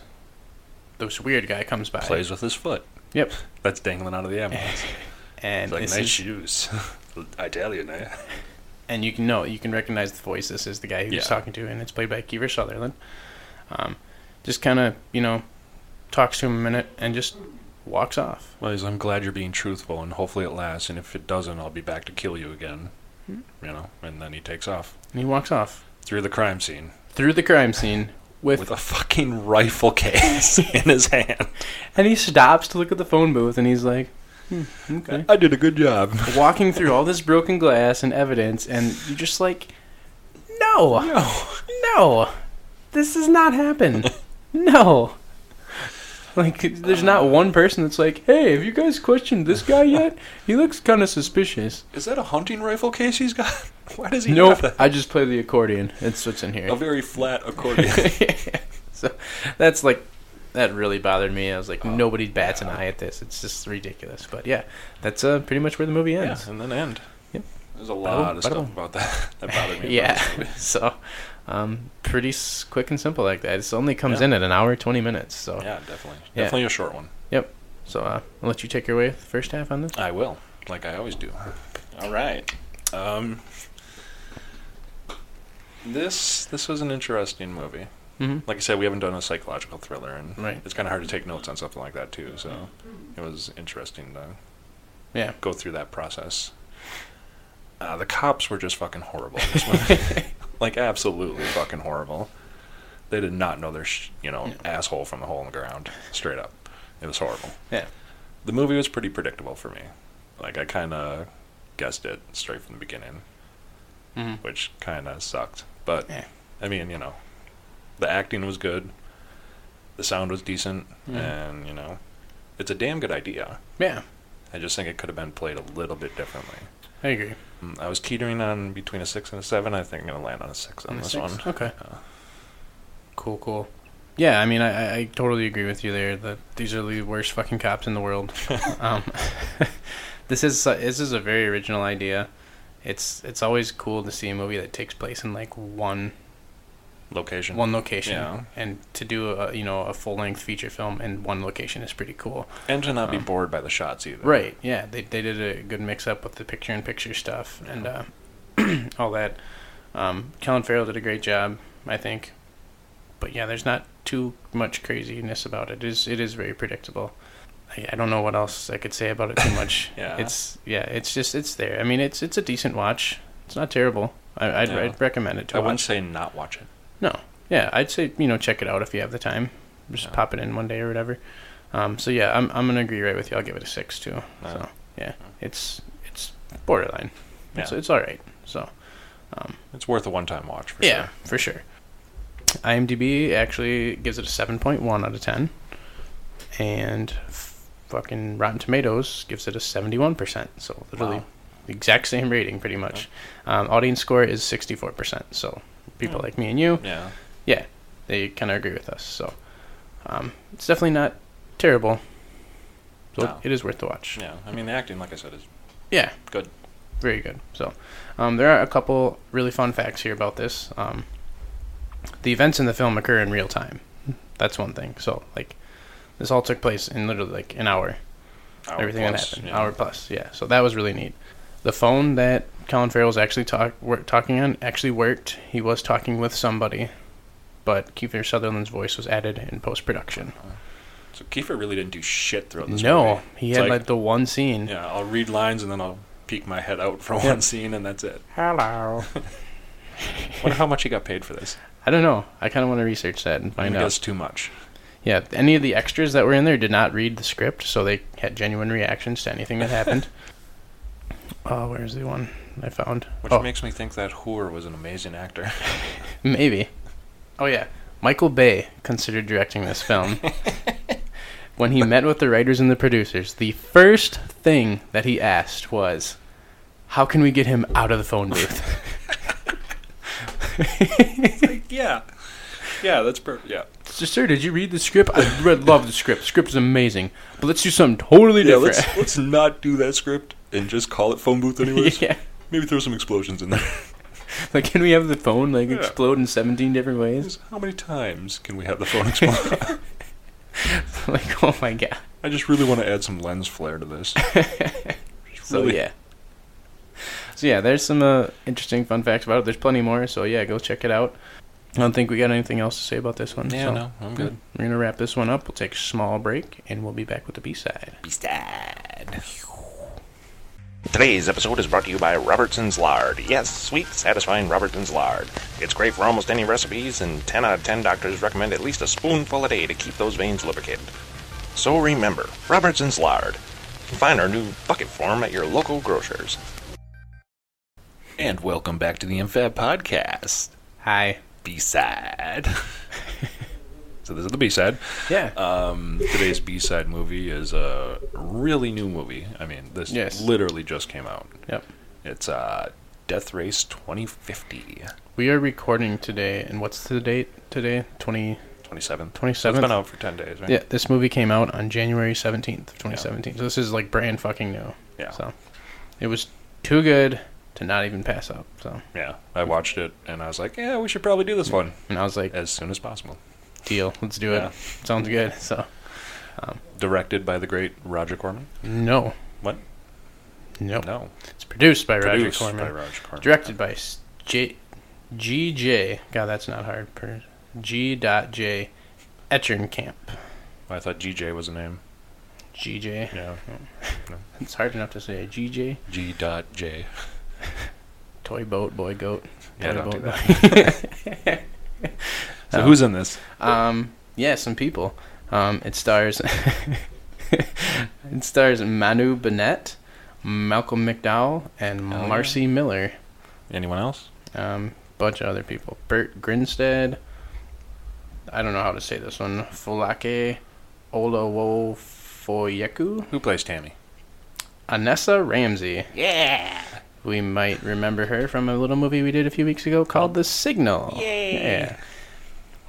this weird guy comes by,
Plays with his foot.
Yep.
That's dangling out of the ambulance.
and
It's like,
this
nice
is-
shoes. I tell you, man.
and you can know you can recognize the voice. This is the guy who's
Yeah.
talking to, and it's played by Kiefer Sutherland. Um, just kind of you know talks to him a minute and just walks off.
Well, he's, I'm glad you're being truthful, and hopefully it lasts. And if it doesn't, I'll be back to kill you again.
Hmm.
You know, and then he takes off
And he walks off
through the crime scene
through the crime scene with,
with, a fucking rifle case in his hand.
and he stops to look at the phone booth, and he's like, hmm, okay.
I did a good job.
walking through all this broken glass and evidence, and you're just like, no,
No,
no, this has not happened, no. Like, there's not one person that's like, hey, have you guys questioned this guy yet? He looks kind of suspicious.
is that a hunting rifle case he's got? Why does he
Nope,
have
I just play the accordion. That's what's in
that? A
here.
very flat accordion.
so that's like that really bothered me. I was
Oh,
like, nobody bats an eye at this. It's just ridiculous. But yeah, that's uh, pretty much where the movie
yeah,
ends.
and then end.
Yep.
There's a lot
Ba-dum,
of stuff about that that bothered me.
Yeah. so um, pretty s- quick and simple like that. It only comes
Yeah.
in at an hour twenty minutes. So
yeah, definitely,
Yeah.
definitely a short one.
so uh, I'll let you take your way with the first half on this.
I will, like I always do. All right. Um, this this was an interesting movie.
hmm
Like I said, we haven't done a psychological thriller, and
Right.
it's kind of hard to take notes on something like that too. So it was interesting to
Yeah.
go through that process. Uh, the cops were just fucking horrible. in This one.
Mm-hmm.
like absolutely fucking horrible. They did not know their sh- you know
Yeah.
asshole from a hole in the ground. Straight up, it was horrible.
Yeah.
The movie was pretty predictable for me. Like I kind of guessed it straight from the beginning,
Mhm.
which kind of sucked. But
Yeah.
I mean, you know, the acting was good, the sound was decent,
Mhm.
and you know, it's a damn good idea.
Yeah.
I just think it could have been played a little bit differently.
I agree.
Mm, I was teetering on between a six and a seven. I think I'm gonna land on a six on
On the
this
six?
one.
Okay.
Yeah.
Cool, cool. Yeah, I mean, I, I- I totally agree with you there. That these are the worst fucking cops in the world. um, this is su- this is a very original idea. It's it's always cool to see a movie that takes place in like one
Location.
one location,
Yeah.
and to do a you know a full length feature film in one location is pretty cool.
And to not be
Um,
bored by the shots either.
Right? Yeah, they they did a good mix up with the picture in picture stuff and uh, all that. Um, Colin Farrell did a great job, I think. But yeah, there's not too much craziness about it. It is it is very predictable. I, I don't know what else I could say about it too much.
Yeah.
It's yeah, it's just it's there. I mean, it's it's a decent watch. It's not terrible. I, I'd,
Yeah.
I'd recommend it to
I
watch.
wouldn't say not watch it.
Yeah, I'd say you know check it out if you have the time. Just
Yeah.
pop it in one day or whatever. Um, so yeah, I'm I'm gonna agree right with you. I'll give it a six too.
Uh,
So yeah, it's it's borderline. It's
Yeah.
it's all right. So
It's worth a one-time watch. For
yeah, for sure. IMDb actually gives it a seven point one out of ten, and f- fucking Rotten Tomatoes gives it a seventy one percent. So literally
Wow.
the exact same rating, pretty much. Um, audience score is sixty four percent. So people
Hmm.
like me and you,
sure. Yeah.
they kind of agree with us. So um, it's definitely not terrible. So
No.
it is worth the watch.
Yeah. I mean, the acting, like I said, is
Yeah.
Good.
Very good. So um, there are a couple really fun facts here about this. Um, the events in the film occur in real time. That's one thing. So like this all took place in literally like an hour.
hour
Everything
plus,
that happened.
yeah.
Hour plus. Yeah. So that was really neat. The phone that Colin Farrell was actually talk, wor- talking on actually worked. He was talking with somebody, but Kiefer Sutherland's voice was added in post production.
So Kiefer really didn't do shit throughout this
No,
movie.
he
It's
had like,
like-
the one scene.
Yeah, I'll read lines and then I'll peek my head out for
Yeah.
one scene and that's it.
Hello.
Wonder how much he got paid for this.
I don't know. I kind of want to research that and
I
find out.
guess too much.
Yeah, any of the extras that were in there did not read the script, so they had genuine reactions to anything that happened. oh, where's the one I found?
Which
Oh,
makes me think that Hoor was an amazing actor.
maybe. Oh yeah, Michael Bay considered directing this film. when he met with the writers and the producers, the first thing that he asked was, "How can we get him out of the phone booth?"
yeah. Yeah, that's per- yeah.
Sir, did you read the script? I read, love the script. Script is amazing, but let's do something totally
Yeah,
different.
let's let's not do that script and just call it phone booth anyways.
yeah.
Maybe throw some explosions in there.
Like, can we have the phone like
Yeah.
explode in seventeen different ways?
How many times can we have the phone explode?
like, oh my god!
I just really want to add some lens flare to this.
So
Really?
yeah. So yeah, there's some uh, interesting fun facts about it. There's plenty more. So yeah, go check it out. I don't think we got anything else to say about this one. so
I'm
good. We're gonna wrap this one up. We'll take a small break, and we'll be back with the B side.
Today's episode is brought to you by Robertson's Lard. Yes, sweet, satisfying Robertson's Lard. It's great for almost any recipes, and 10 out of 10 doctors recommend at least a spoonful a day to keep those veins lubricated. So remember, Robertson's Lard. You can find our new bucket form at your local grocer's.
And welcome back to the MFAB podcast.
Hi.
B side. so this is the B side.
Yeah.
Um, today's B side movie is a really new movie. I mean, this
Yes.
literally just came out.
Yep.
It's uh, Death Race 2050,
We are recording today, and what's the date today? Twenty
27th.
twenty
So it's been
seventh.
out for 10 days, right?
Yeah, this movie came out on January seventeenth, twenty seventeen. So this is like brand fucking new.
Yeah.
So it was too good to not even pass up. So
Yeah. I watched it and I was like, yeah, we should probably do this one
and I was like,
as soon as possible.
deal, let's do
Yeah.
it. Sounds good. So
Directed by the great Roger Corman.
no,
What?
no,
No.
it's produced by
Produced
Roger Corman,
by Roger Corman.
directed by S- J. G.J. God, that's not hard. Per- G.J. Etchernkamp.
I thought GJ was a name.
GJ.
Yeah.
It's hard enough to say. GJ.
G dot J.
Toy boat, boy goat. toy
Yeah, don't do
boat,
that. so
Um,
who's in this?
Um, yeah, some people. Um, it stars. it stars Manu Bennett, Malcolm McDowell, and
Hell yeah.
Marcy Miller.
Anyone else?
Um, bunch of other people. Bert Grinstead. I don't know how to say this one. Folake Olawofoyeku.
Who plays Tammy?
Anessa Ramsey. Yeah. We might remember her from a little movie we did a few weeks ago called The Signal. Yeah.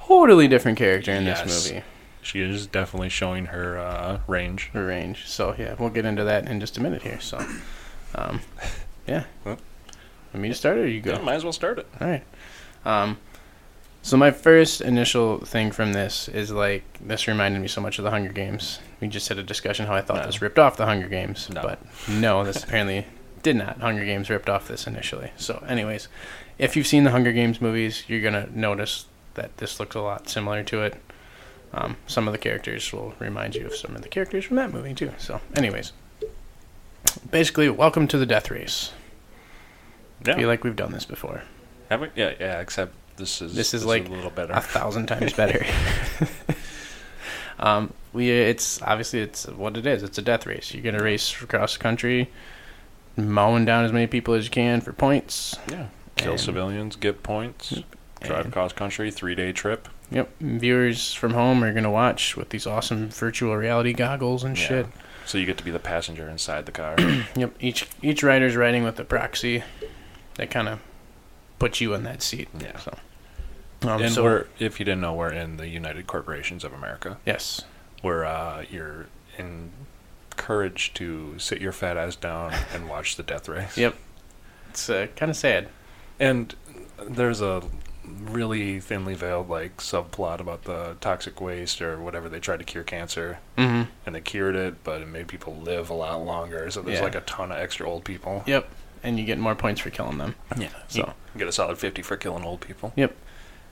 Totally different character in
Yes.
this movie.
She is definitely showing her uh, range.
her range. So yeah, we'll get into that in just a minute here. So, um, yeah.
Well.
Want me to start it or you go?
Yeah, might as well start it.
All right. Um, so my first initial thing from this is like this reminded me so much of the Hunger Games. We just had a discussion how I thought
No.
this ripped off the Hunger Games,
No.
but no, this apparently did not. Hunger Games ripped off this initially. So, anyways, if you've seen the Hunger Games movies, you're gonna notice that this looks a lot similar to it. Um, some of the characters will remind you of some of the characters from that movie too. So, anyways, basically, welcome to the Death Race. I feel
Yeah.
like we've done this before.
Have we- yeah, yeah, except this is
This is like
a little better.
a thousand times better. um, we it's obviously it's what it is. It's a death race. You're gonna race across the country, mowing down as many people as you can for points.
yeah. Kill
and-
civilians, get points, drive
And-
cross country, three day trip.
Yep. Viewers from home are gonna watch with these awesome virtual reality goggles and
Yeah.
shit.
So you get to be the passenger inside the car.
Yep. Each each rider's riding with a proxy. That kind of puts you in that seat.
Yeah.
So. Um,
and
so
we're, if you didn't know, we're in the United Corporations of America,
yes.
where uh, you're encouraged to sit your fat ass down and watch the death race.
Yep. It's uh, kind of sad.
And there's a really thinly veiled like subplot about the toxic waste or whatever they tried to cure cancer
Mm-hmm.
and they cured it but it made people live a lot longer so there's
Yeah.
like a ton of extra old people
Yep. And you get more points for killing them.
yeah
So.
so you get a solid 50 for killing old people
Yep.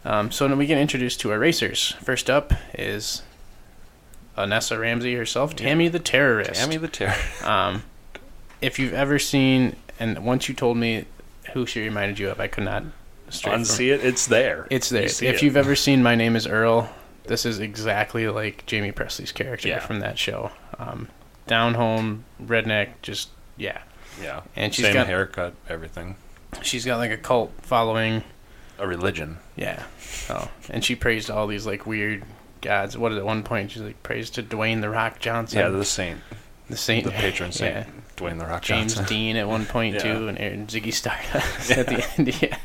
Um, so now we get introduced to our racers. First up is Anessa Ramsey herself, Tammy the Terrorist.
Tammy the terror
Um, if you've ever seen, and once you told me who she reminded you of, I could not straight from-
unsee it it's there
It's there.
You
If
see it.
you've ever seen My Name Is Earl, this is exactly like Jamie Presley's character
Yeah.
from that show. Um, down home, redneck, just yeah.
yeah
And she's
same
got-
haircut everything
She's got like a cult following.
a religion
Yeah. Oh, and she praised all these like weird gods. What at one point she's like praised to Dwayne the Rock Johnson,
yeah the saint
the saint,
the patron saint
yeah.
Dwayne the Rock
James
Johnson
Dean at one point
Yeah.
too, and Aaron Ziggy Stardust at the end. Yeah.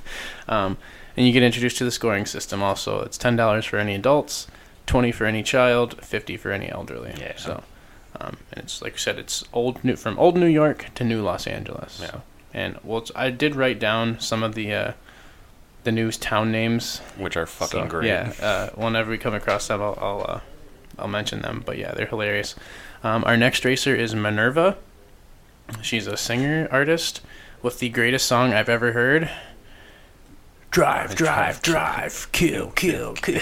Um, and you get introduced to the scoring system. Also, it's ten dollars for any adults, twenty for any child, fifty for any elderly.
Yeah.
So, um, and it's like I said, it's old new from old New York to new Los Angeles.
Yeah.
And well, it's, I did write down some of the uh, the news town names
which are fucking
so,
great
Yeah, uh, whenever we come across them, I'll I'll, uh, I'll mention them. But yeah, they're hilarious. Um, our next racer is Minerva. She's a singer artist with the greatest song I've ever heard. Drive, drive, drive, kill, kill, kill.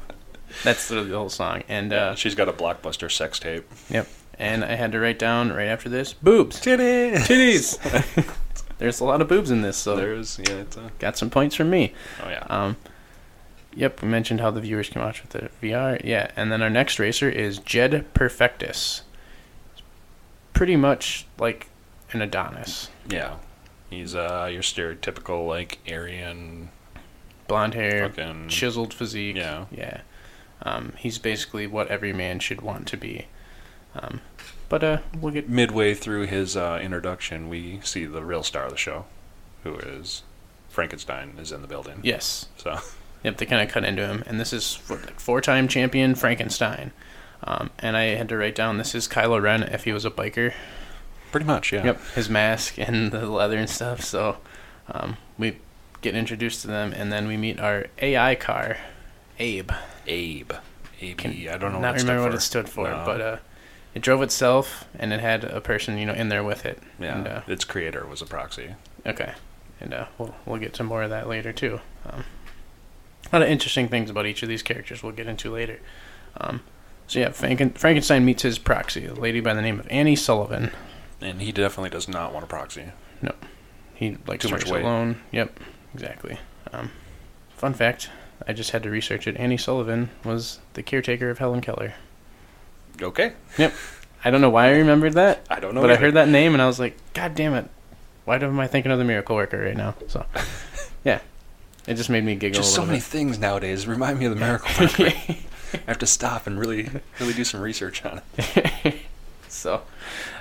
That's literally the whole song. And uh,
she's got a blockbuster sex tape
yep. And I had to write down right after this boobs, titties. There's a lot of boobs in this, so
there's yeah it's a,
got some points from me.
oh yeah
Um, yep, we mentioned how the viewers can watch with the VR. Yeah, and then our next racer is Jed Perfectus. Pretty much like an Adonis.
Yeah. He's uh your stereotypical like Aryan
Blonde hair,
fucking
chiseled physique.
Yeah.
Yeah. Um, he's basically what every man should want to be. Um, but uh, we'll get.
midway through his uh, introduction we see the real star of the show, who is Frankenstein is in the building.
Yes.
So
Yep, they kind of cut into him. And this is for, like four time champion Frankenstein. Um, and I had to write down this is Kylo Ren if he was a biker.
pretty much, yeah.
Yep, his mask and the leather and stuff. So um, we get introduced to them, and then we meet our AI car, Abe.
Abe. Abe
Can-
I don't know
Not remember
what it stood
what
for.
it stood for,
No.
but uh, it drove itself, and it had a person, you know, in there with it.
yeah,
And, uh,
its creator was a proxy.
okay. And uh, we'll we'll get to more of that later too. Um, A lot of interesting things about each of these characters we'll get into later. Um, so yeah, Franken- Frankenstein meets his proxy, a lady by the name of Annie Sullivan.
And he definitely does not want a proxy.
He likes
Too
to
much
works
weight.
alone. Yep, exactly. Um, fun fact: I just had to research it. Annie Sullivan was the caretaker of Helen Keller.
Okay.
I don't know why I remembered that,
I don't know.
but I
either.
heard that name and I was like, God damn it! Why am I thinking of the Miracle Worker right now? So, yeah, it just made me giggle.
just
a
so
little
many things nowadays remind me of the miracle.
bit.
Worker. I have to stop and really, really do some research on it.
so,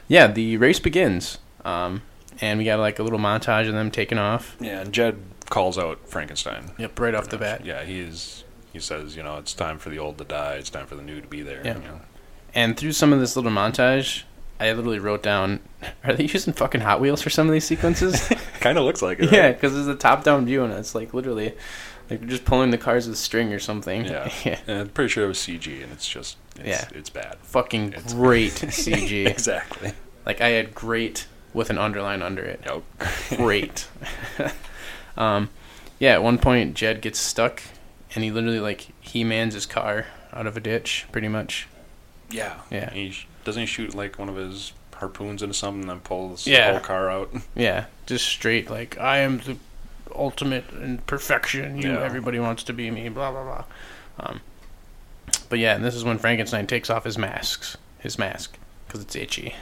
yeah, the race begins, um, and we got like a little montage of them taking off.
Yeah, and Jed calls out Frankenstein.
Yep, right off the bat.
Yeah, he's he says, you know, it's time for the old to die. It's time for the new to be there.
Yeah.
you know.
And through some of this little montage, I literally wrote down, "Are they using fucking Hot Wheels for some of these sequences?"
kind of looks like it.
yeah,
right?
because it's a top-down view, and it's like literally, like they're just pulling the cars with string or something.
yeah.
yeah.
And I'm pretty sure it was CG, and it's just it's, it's bad.
Fucking
It's-
great CG.
Exactly.
Like I had great with an underline under it.
Yep.
Great. um, yeah, at one point Jed gets stuck, and he literally like he mans his car out of a ditch, pretty much.
Yeah.
Yeah.
He sh- doesn't he shoot like one of his harpoons into something, and then pulls
Yeah.
the whole car out.
Yeah, just straight like I am the ultimate in perfection. You,
Yeah.
everybody wants to be me. Blah blah blah. Um, but yeah, and this is when Frankenstein takes off his masks, his mask, because it's itchy.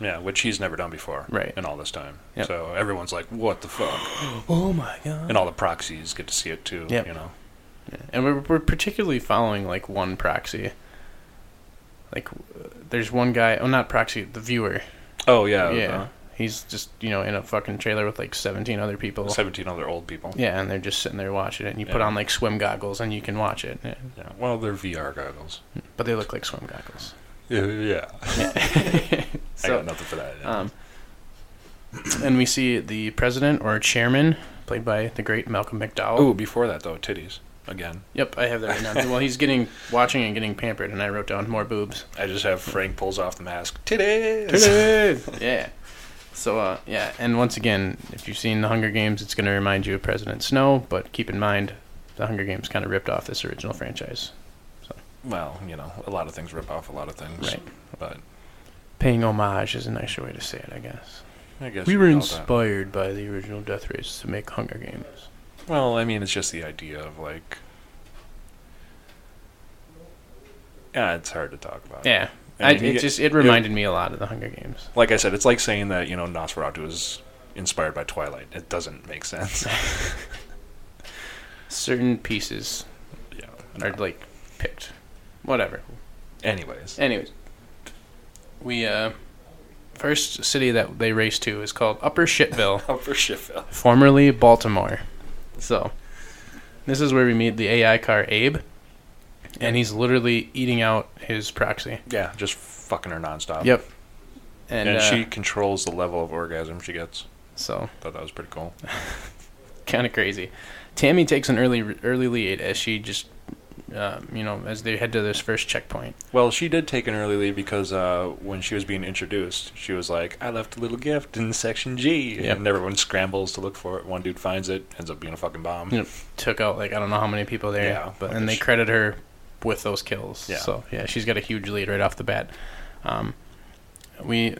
Yeah, which he's never done before.
Right.
In all this time.
Yep.
So everyone's like, "What the fuck?"
Oh my god.
And all the proxies get to see it too.
Yep.
You know.
and we're, we're particularly following like one proxy like w- there's one guy oh not proxy the viewer
Oh yeah.
yeah he's just you know in a fucking trailer with like 17 other people
uh, Seventeen other old people.
yeah and they're just sitting there watching it and you put
Yeah.
on like swim goggles and you can watch it yeah.
Yeah. Well, they're VR goggles.
but they look like swim goggles
Yeah. yeah. I
so
got nothing for that.
um and we see the president or chairman played by the great malcolm mcdowell
Oh, before that though, titties again.
yep i have that right now well he's getting watching and getting pampered and i wrote down more boobs
I just have Frank pulls off the mask. Titties.
yeah. So uh, yeah, and once again, if you've seen The Hunger Games, it's going to remind you of President Snow. But keep in mind, The Hunger Games kind of ripped off this original franchise,
Well, you know, a lot of things rip off a lot of things.
right?
But
Paying homage is a nicer way to say it, I guess.
I guess
We
you
were
could call it that.
inspired by the original Death Race to make Hunger Games.
Well, I mean, it's just the idea of like. Yeah, it's hard to talk about.
Yeah,
I
I,
mean, you
it
get-
just it reminded me a lot of The Hunger Games.
Like I said, it's like saying that you know Nosferatu is inspired by Twilight. It doesn't make sense.
Certain pieces
yeah.
are like picked, whatever.
Anyways,
Anyways, we uh, first city that they race to is called Upper Shitville.
Upper Sheffield.
formerly Baltimore. So, this is where we meet the AI car Abe, and he's literally eating out his proxy.
Yeah, just fucking her nonstop.
Yep. And,
And,
uh,
she controls the level of orgasm she gets.
so
Thought that was pretty cool.
kind of crazy. Tammy takes an early early lead as she just, uh, you know, as they head to this first checkpoint.
Well, she did take an early leave because uh, when she was being introduced, she was like, "I left a little gift in section G,"
Yep.
and everyone scrambles to look for it. One dude finds it, ends up being a fucking bomb.
Yep. Took out like I don't know how many people there,
Yeah,
but
like
and
a
they
sh-
credit her with those kills.
Yeah.
So yeah, she's got a huge lead right off the bat. Um, we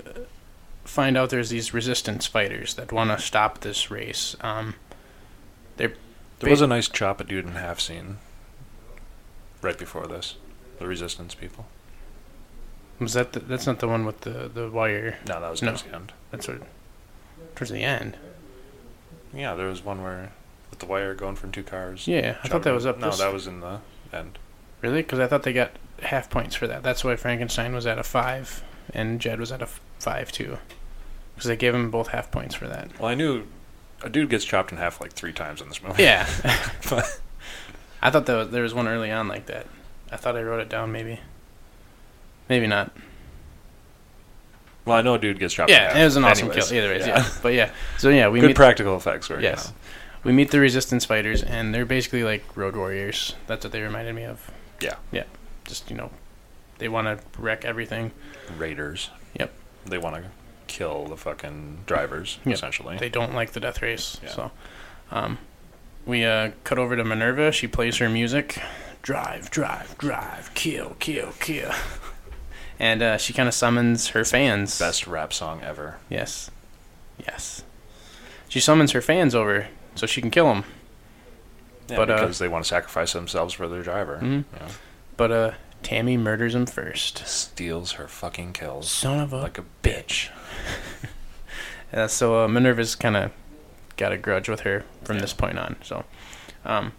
find out there's these resistance fighters that want to stop this race. Um,
There was a nice chop a dude in half scene right before this. The Resistance people.
was that the, that's not the one with the the wire?
No, that was
No.
towards the end.
That's what, towards the end.
Yeah, there was one where with the wire going from two cars.
Yeah, I thought that was up.
No,
this-
that was in the end.
really because I thought they got half points for that. That's why Frankenstein was at a five and Jed was at a f- five too, because they gave them both half points for that.
Well, I knew a dude gets chopped in half like three times in this movie.
Yeah. I thought that was, there was one early on like that. I thought I wrote it down maybe. Maybe not.
Well, I know a dude gets chopped. in
Yeah,
half.
it was an awesome
Anyways,
kill either ways, yeah. But yeah. So yeah, we
Good
meet
practical effects. Where, you
Yes. we meet the resistance fighters and they're basically like road warriors. That's what they reminded me of.
Yeah.
Yeah. Just, you know, they want to wreck everything.
raiders.
Yep.
They want to kill the fucking drivers,
Yep.
essentially.
They don't like the death race.
Yeah.
So um we uh, cut over to Minerva. She plays her music. Drive, drive, drive, kill, kill, kill. And uh, she kind of summons her fans.
Best rap song ever.
Yes. Yes. She summons her fans over so she can kill them.
Yeah,
But, uh,
because they want to sacrifice themselves for their driver. you know?
But uh, Tammy murders him first.
Steals her fucking kills
Son of a.
like a bitch.
Uh, so uh, Minerva's kind of got a grudge with her from this point on. So, um,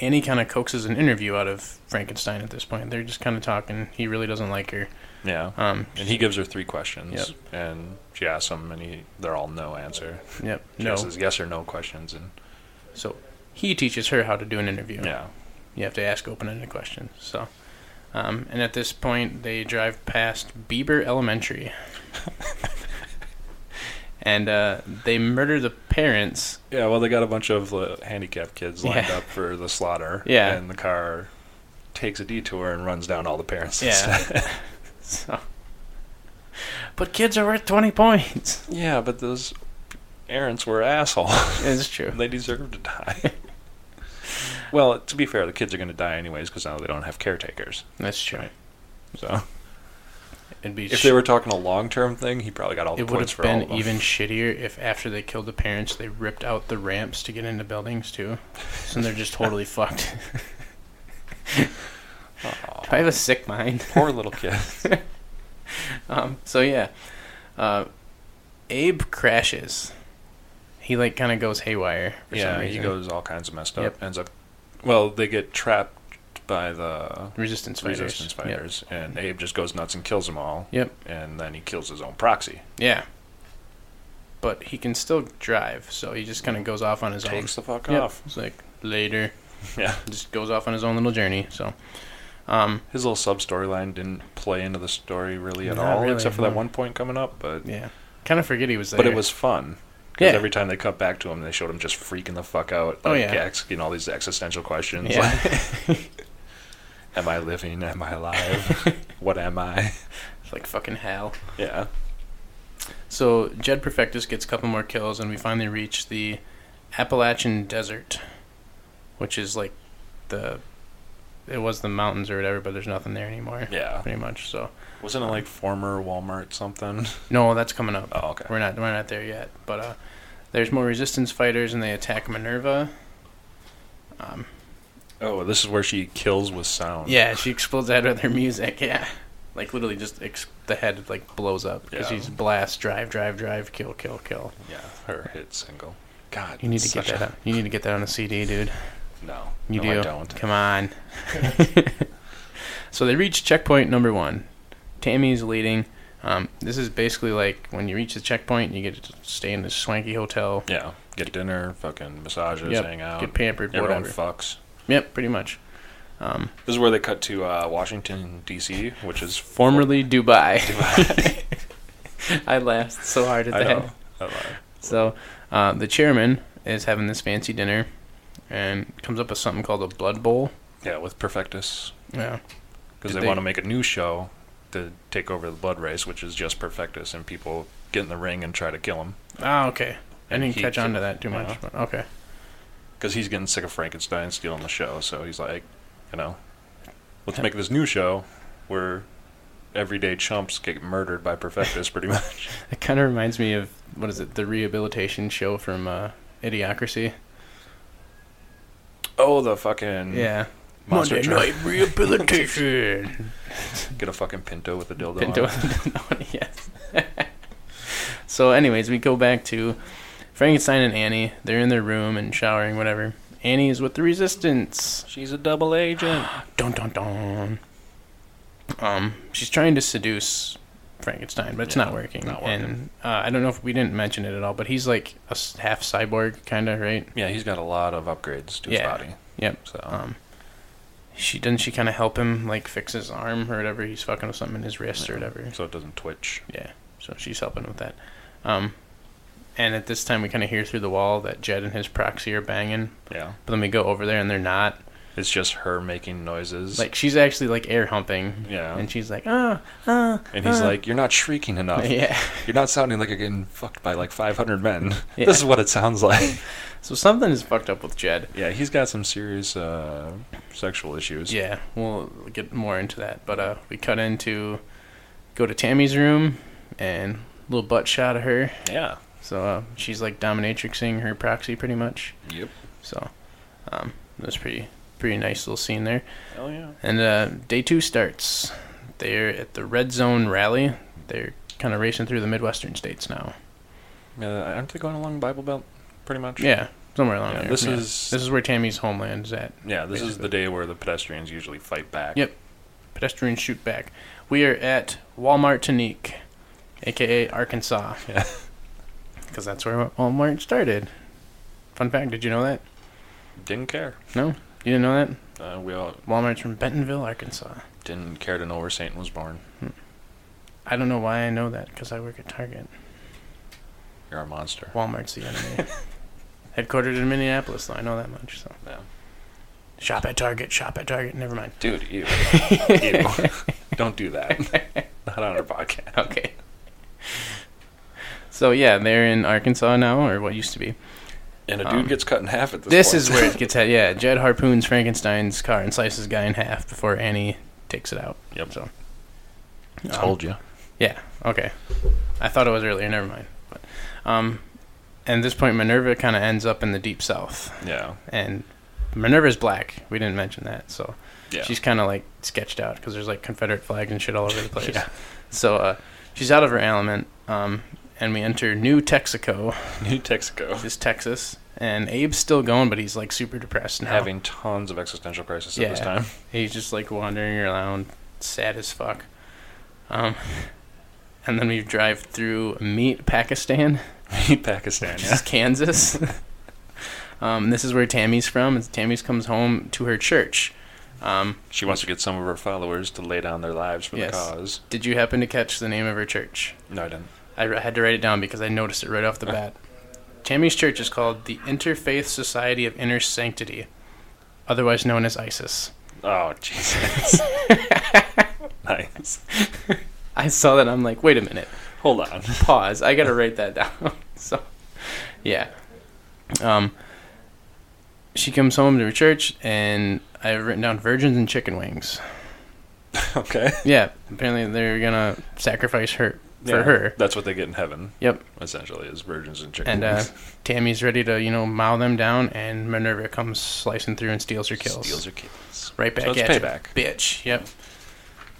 Annie kind of coaxes an interview out of Frankenstein at this point. They're just kind of talking. He really doesn't like her.
Yeah.
Um,
And he gives her three questions,
Yep.
and she asks him, and he, they're all no answer.
yep.
She
No.
asks yes or no questions, and
So he teaches her how to do an interview.
yeah,
You have to ask open-ended questions. So, um, and at this point, they drive past Bieber Elementary, and uh, they murder the parents.
yeah. Well, they got a bunch of uh, handicapped kids lined
Yeah.
up for the slaughter.
Yeah.
and the car takes a detour and runs down all the parents.
Yeah. so, but kids are worth twenty points.
yeah, but those parents were assholes.
It's true.
they deserve to die. well, to be fair, the kids are going to die anyways because now they don't have caretakers.
That's true.
So
It'd be.
if
sh-
they were talking a long term thing, he probably got all the
it would
points
have
for all
been
of them.
even shittier if after they killed the parents, they ripped out the ramps to get into buildings too. So they're just totally fucked.
Aw,
I have a sick mind.
poor little kid.
Um, so yeah, uh, Abe crashes. He like kind of goes haywire. For
yeah,
some
he
reason.
goes all kinds of messed up.
Yep.
Ends up, well, they get trapped by the
resistance fighters.
resistance
Yep.
fighters, and Abe just goes nuts and kills them all.
Yep.
And then he kills his own proxy.
Yeah. But he can still drive, so he just kind of goes off on his own.
Takes the fuck
Yep.
off.
It's like later,
Yeah.
just goes off on his own little journey. So, um,
His little sub storyline didn't play into the story really at
Not
all,
really,
except for
no.
that one point coming up. But
yeah, kind of forget he was there.
but it was fun because
Yeah.
every time they cut back to him, they showed him just freaking the fuck out.
Oh,
Like,
yeah.
asking all these existential questions.
Yeah.
Like, am I living? Am I alive? what am I?
It's like fucking hell.
Yeah.
So Jed Perfectus gets a couple more kills, and we finally reach the Appalachian Desert, which is like the it was the mountains or whatever, but there's nothing there anymore.
Yeah.
Pretty much. So
Wasn't it like former Walmart something?
no, that's coming up.
Oh, okay.
We're not we're not there yet, but uh, there's more resistance fighters, and they attack Minerva. Um,
Oh, this is where she kills with sound.
yeah, she explodes out of their music. Yeah, like literally just ex- the head like blows up because
Yeah.
she's blast, drive, drive, drive, kill, kill, kill.
Yeah. Her hit single. God.
You need to
it's
get
such
that.
a-
on, you need to get that on a CD, dude.
No.
You
no,
do.
I don't.
Come on. so they reach checkpoint number one. Tammy's leading. Um, this is basically like when you reach the checkpoint, you get to stay in this swanky hotel,
Yeah. Get dinner, fucking massages,
Yep.
hang out.
get pampered,
Everyone
whatever.
fucks.
yep, pretty much. Um,
This is where they cut to uh, Washington D.C., which is
formerly Dubai. I laughed so hard at
I
that.
know. I know.
So uh, the chairman is having this fancy dinner, and comes up with something called a blood bowl.
Yeah, with Perfectus.
Yeah.
because
Did
they,
they-
want to make a new show to take over the blood race, which is just Perfectus, and people get in the ring and try to kill him
Ah, okay. I
And
didn't
he
catch on
can-
to that too much.
yeah.
But okay.
because he's getting sick of Frankenstein stealing the show. So he's like, you know, let's make this new show where everyday chumps get murdered by Perfectus, pretty much.
It kind of reminds me of what is it? The rehabilitation show from uh, Idiocracy.
oh, the fucking
Yeah.
monster truck.
rehabilitation.
Get a fucking Pinto with a dildo.
Pinto.
On. it.
yes. so, anyways, we go back to Frankenstein and Annie. They're in their room and showering, whatever. Annie is with the resistance.
She's a double agent.
Dun dun dun. Um, she's trying to seduce Frankenstein, but it's
Yeah,
not working.
not working.
And uh, I don't know if we didn't mention it at all, but he's like a s- half cyborg, kind of, right?
yeah, he's got a lot of upgrades to his
Yeah.
body.
Yep.
So
um she doesn't she kind of help him like fix his arm or whatever he's fucking with something in his wrist or whatever
so it doesn't twitch.
yeah so she's helping with that um and at this time we kind of hear through the wall that jed and his proxy are banging
Yeah.
but then we go over there and they're not
It's just her making noises.
Like she's actually like air humping.
Yeah.
And she's like, ah, ah.
and he's
ah."
like, "You're not shrieking enough.
yeah.
You're not sounding like you're getting fucked by like 500 men.
Yeah.
This is what it sounds like."
So something is fucked up with Jed.
yeah, he's got some serious uh, sexual issues.
Yeah, we'll get more into that. But uh, we cut into, go to Tammy's room, and little butt shot of her.
Yeah.
So uh, she's like dominatrixing her proxy pretty much.
Yep.
So um, that was pretty pretty nice little scene there.
Hell yeah.
And uh, day two starts. They're at the Red Zone Rally. They're kind of racing through the Midwestern states now.
Uh, aren't they going along Bible Belt, pretty much?
Yeah, somewhere along
Yeah,
there.
this
Yeah.
is-
this is where Tammy's homeland is at.
Yeah. This is
Basically.
the day where the pedestrians usually fight back.
Yep. Pedestrians shoot back. We are at Walmart Tanique, aka Arkansas.
Yeah.
Because that's where Walmart started. Fun fact, did you know that?
Didn't care.
No? You didn't know that?
Uh, we all
Walmart's from Bentonville, Arkansas.
didn't care to know where Satan was born.
I don't know why I know that, because I work at Target.
You're a monster.
Walmart's the enemy. Headquartered in Minneapolis, though, I know that much. So
Yeah.
Shop at Target, shop at Target, never mind.
Dude, ew. ew. Don't do that. Not on our podcast.
Okay. So yeah, they're in Arkansas now, or what used to be.
And a dude
Um,
gets cut in half at this
This
point.
is where it gets at. Yeah, Jed harpoons Frankenstein's car and slices the guy in half before Annie takes it out.
Yep.
So
Told you.
yeah, okay. I thought it was earlier. Never mind. But um, and this point, Minerva kind of ends up in the deep south,
Yeah.
and Minerva's black. We didn't mention that, so
Yeah.
she's kind of like sketched out because there's like Confederate flags and shit all over the place.
Yeah.
So uh, she's out of her element. Um, and we enter New Texaco,
New Texaco.
just Texas. And Abe's still going, but he's like super depressed now.
Having tons of existential crisis at this
Yeah.
time.
He's just like wandering around, sad as fuck. Um, and then we drive through Meat, Pakistan,
Pakistan.
which
Yeah.
is Kansas. um, this is where Tammy's from. And Tammy's comes home to her church. Um,
She wants to get some of her followers to lay down their lives for
Yes.
the cause.
did you happen to catch the name of her church?
No, I didn't.
I r- had to write it down because I noticed it right off the bat. Tammy's church is called the Interfaith Society of Inner Sanctity, otherwise known as ISIS.
Oh, Jesus. nice.
I saw that. I'm like, wait a minute.
Hold on.
pause. I gotta write that down. so, yeah. Um, she comes home to her church, and I've written down virgins and chicken wings.
Okay.
Yeah, apparently they're gonna sacrifice her for
Yeah,
her.
That's what they get in heaven,
Yep.
essentially, is virgins and chickens.
And uh, Tammy's ready to you know mow them down, and Minerva comes slicing through and steals her kills.
Steals or kills.
right back
So it's
at
payback.
you, bitch. Yep.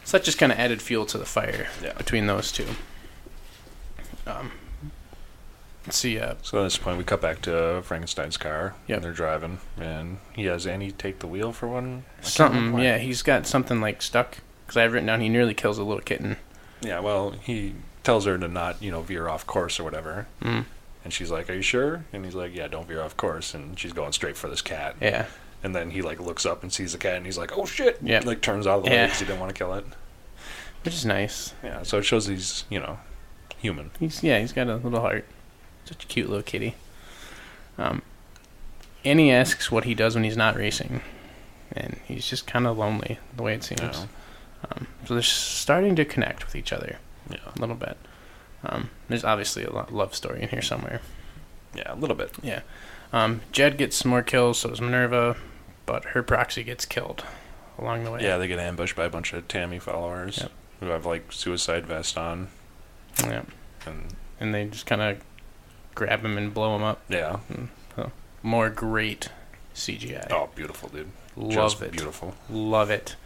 So that just kind of added fuel to the fire
Yeah.
between those two. Um, let's see. Uh,
So at this point, we cut back to Frankenstein's car.
Yep.
And they're driving. And he has Annie take the wheel for one. I can't
Something,
remember why.
yeah. He's got something like stuck. Because I've written down he nearly kills a little kitten.
Yeah, well, he tells her to not, you know, veer off course or whatever.
Mm.
And she's like, Are you sure? And he's like, Yeah, don't veer off course. And she's going straight for this cat.
Yeah.
And then he, like, looks up and sees the cat and he's like, Oh shit.
Yeah.
Like, turns out of the way
Yeah.
'cause he didn't want to kill it.
Which is nice.
Yeah, so it shows he's, you know, human.
He's yeah, he's got a little heart. Such a cute little kitty. Um, Annie asks what he does when he's not racing, and he's just kind of lonely the way it seems.
Yeah.
Um, so they're starting to connect with each other
Yeah.
a little bit. Um, there's obviously a lo- love story in here somewhere.
Yeah, a little bit.
Yeah. Um, Jed gets more kills, so does Minerva, but her proxy gets killed along the way.
Yeah, they get ambushed by a bunch of Tammy followers
Yep.
who have, like, suicide vest on.
Yeah.
And,
and they just kind of grab him and blow him up.
yeah.
More great CGI.
Oh, beautiful, dude.
Love
Just
it.
beautiful.
Love it.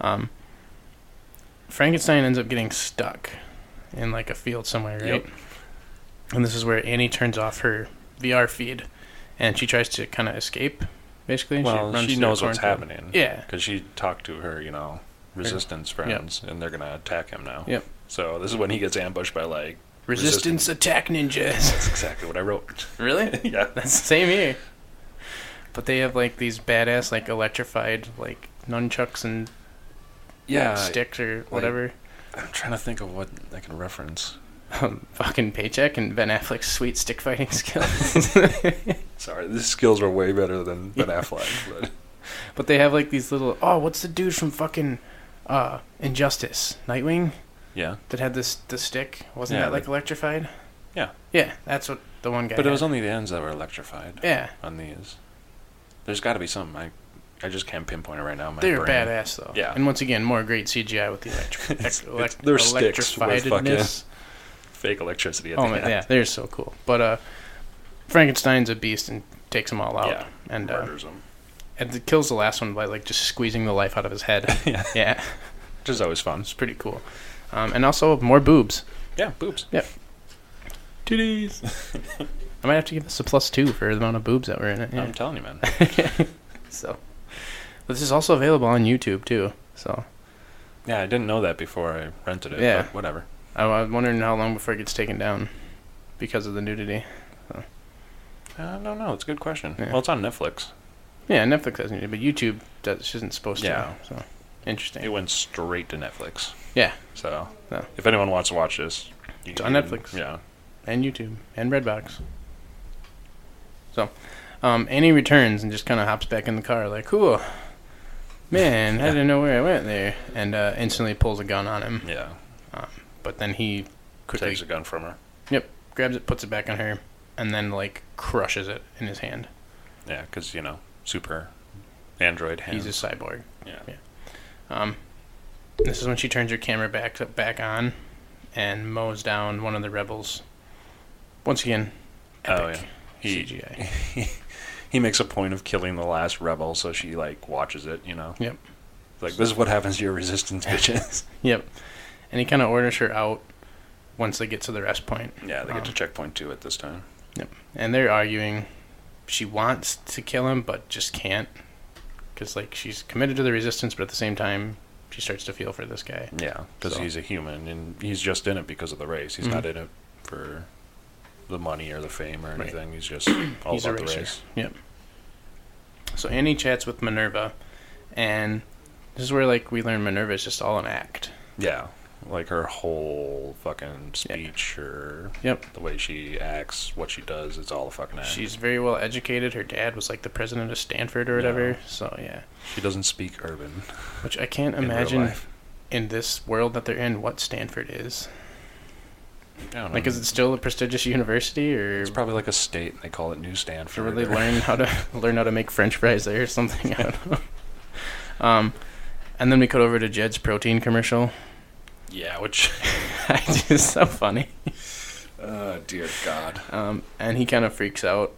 Um, Frankenstein ends up getting stuck in like a field somewhere, right?
Yep.
And this is where Annie turns off her VR feed, and she tries to kind of escape. Basically,
Well, she,
through a
knows what's
cornfield.
happening.
Yeah,
because she talked to her, you know, resistance friends, and they're gonna attack him now.
Yep.
So this is when he gets ambushed by like
resistance,
Resistance.
attack ninjas.
that's exactly what I wrote.
really?
yeah.
That's the same here. But they have like these badass, like electrified, like nunchucks and
Yeah.
sticks or whatever.
I'm trying to think of what I can reference.
Um, fucking paycheck and Ben Affleck's sweet stick fighting skills.
Sorry, these skills were way better than Ben Affleck. But
But they have like these little. Oh, what's the dude from fucking uh, Injustice? Nightwing
Yeah.
that had this the stick. Wasn't
Yeah,
that like
like-
electrified?
Yeah.
Yeah, that's what the one guy.
But it
had.
was only the ends that were electrified
Yeah,
on these. There's got to be some. I, I just can't pinpoint it right now. in My
they were
brain.
badass though.
Yeah.
And once again, more great CGI with the electric.
It's-
elec-
it's- they're sticks with fucking-
electrifiedness.
Fake electricity at
Oh
the
man,
end.
yeah, they're so cool. But uh, Frankenstein's a beast and takes them all out,
Yeah.
and uh,
Murders them.
and it kills the last one by like just squeezing the life out of his head.
yeah.
yeah,
Which is always fun.
it's pretty cool. Um, and also more boobs.
Yeah, boobs.
Titties. I might have to give this a plus two for the amount of boobs that were in it. Yeah.
I'm telling you, man.
so, this is also available on YouTube too. So
Yeah, I didn't know that before I rented it.
Yeah.
But whatever.
I, I'm wondering how long before it gets taken down because of the nudity.
I don't know. It's a good question.
Yeah.
Well, it's on Netflix.
Yeah, Netflix has nudity, but YouTube does isn't supposed to.
Yeah.
Now, so interesting.
It went straight to Netflix.
Yeah.
So,
Yeah.
if anyone wants to watch this, you
It's on
can-
Netflix.
Yeah.
and YouTube and Redbox. So, um, Annie returns and just kind of hops back in the car, like, "Cool, man, I didn't know where I went there," and uh, instantly pulls a gun on him.
Yeah.
But then he quickly
Takes a gun from her.
grabs it, puts it back on her, and then like crushes it in his hand.
Yeah, because, you know, super android hands.
He's a cyborg.
Yeah.
Um, this is when she turns her camera back back on and mows down one of the rebels. Once again, epic
Oh, yeah. He,
CGI.
he makes a point of killing the last rebel, so she, like, watches it, you know?
Yep.
Like, this is what happens to your resistance bitches.
Yep. And he kind of orders her out once they get to the rest point.
yeah, they get to
Um,
checkpoint two at this time.
And they're arguing. She wants to kill him, but just can't. Because, like, she's committed to the resistance, but at the same time, she starts to feel for this guy.
Yeah, because
So-
he's a human and he's just in it because of the race. He's
Mhm.
not in it for the money or the fame or
Right.
anything. He's just all
He's a
about the
racer.
race.
So Annie chats with Minerva, and this is where, like, we learn Minerva is just all an act.
Yeah, like her whole fucking speech or
Yep.
the way she acts, what she does, it's all a fucking act.
She's very well educated. Her dad was, like, the president of Stanford or whatever.
Yeah.
So, yeah.
she doesn't speak urban.
Which I can't
in real
imagine
life.
in this world that they're in what Stanford is.
I don't know.
Like, is it still a prestigious university, or
Um, It's probably like a state. and They call it New
to
Stanford.
really
or-
learn how to learn how to make French fries there or something. I don't know. Um, and then we cut over to Jed's protein commercial.
Yeah, which
It's just so funny.
oh dear God.
Um, and he kind of freaks out,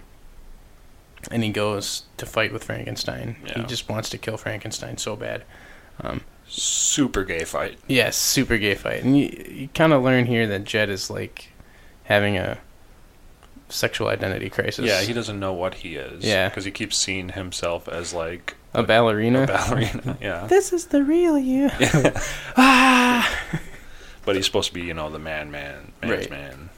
and he goes to fight with Frankenstein. He
Yeah.
just wants to kill Frankenstein so bad.
Super gay fight.
Yeah, super gay fight, and you you kind of learn here that Jed is like having a sexual identity crisis.
Yeah, he doesn't know what he is.
Yeah.
because he keeps seeing himself as like
a ballerina.
a ballerina. Yeah,
this is the real you. Ah.
but he's supposed to be, you know, the man, man, man's
Right.
man.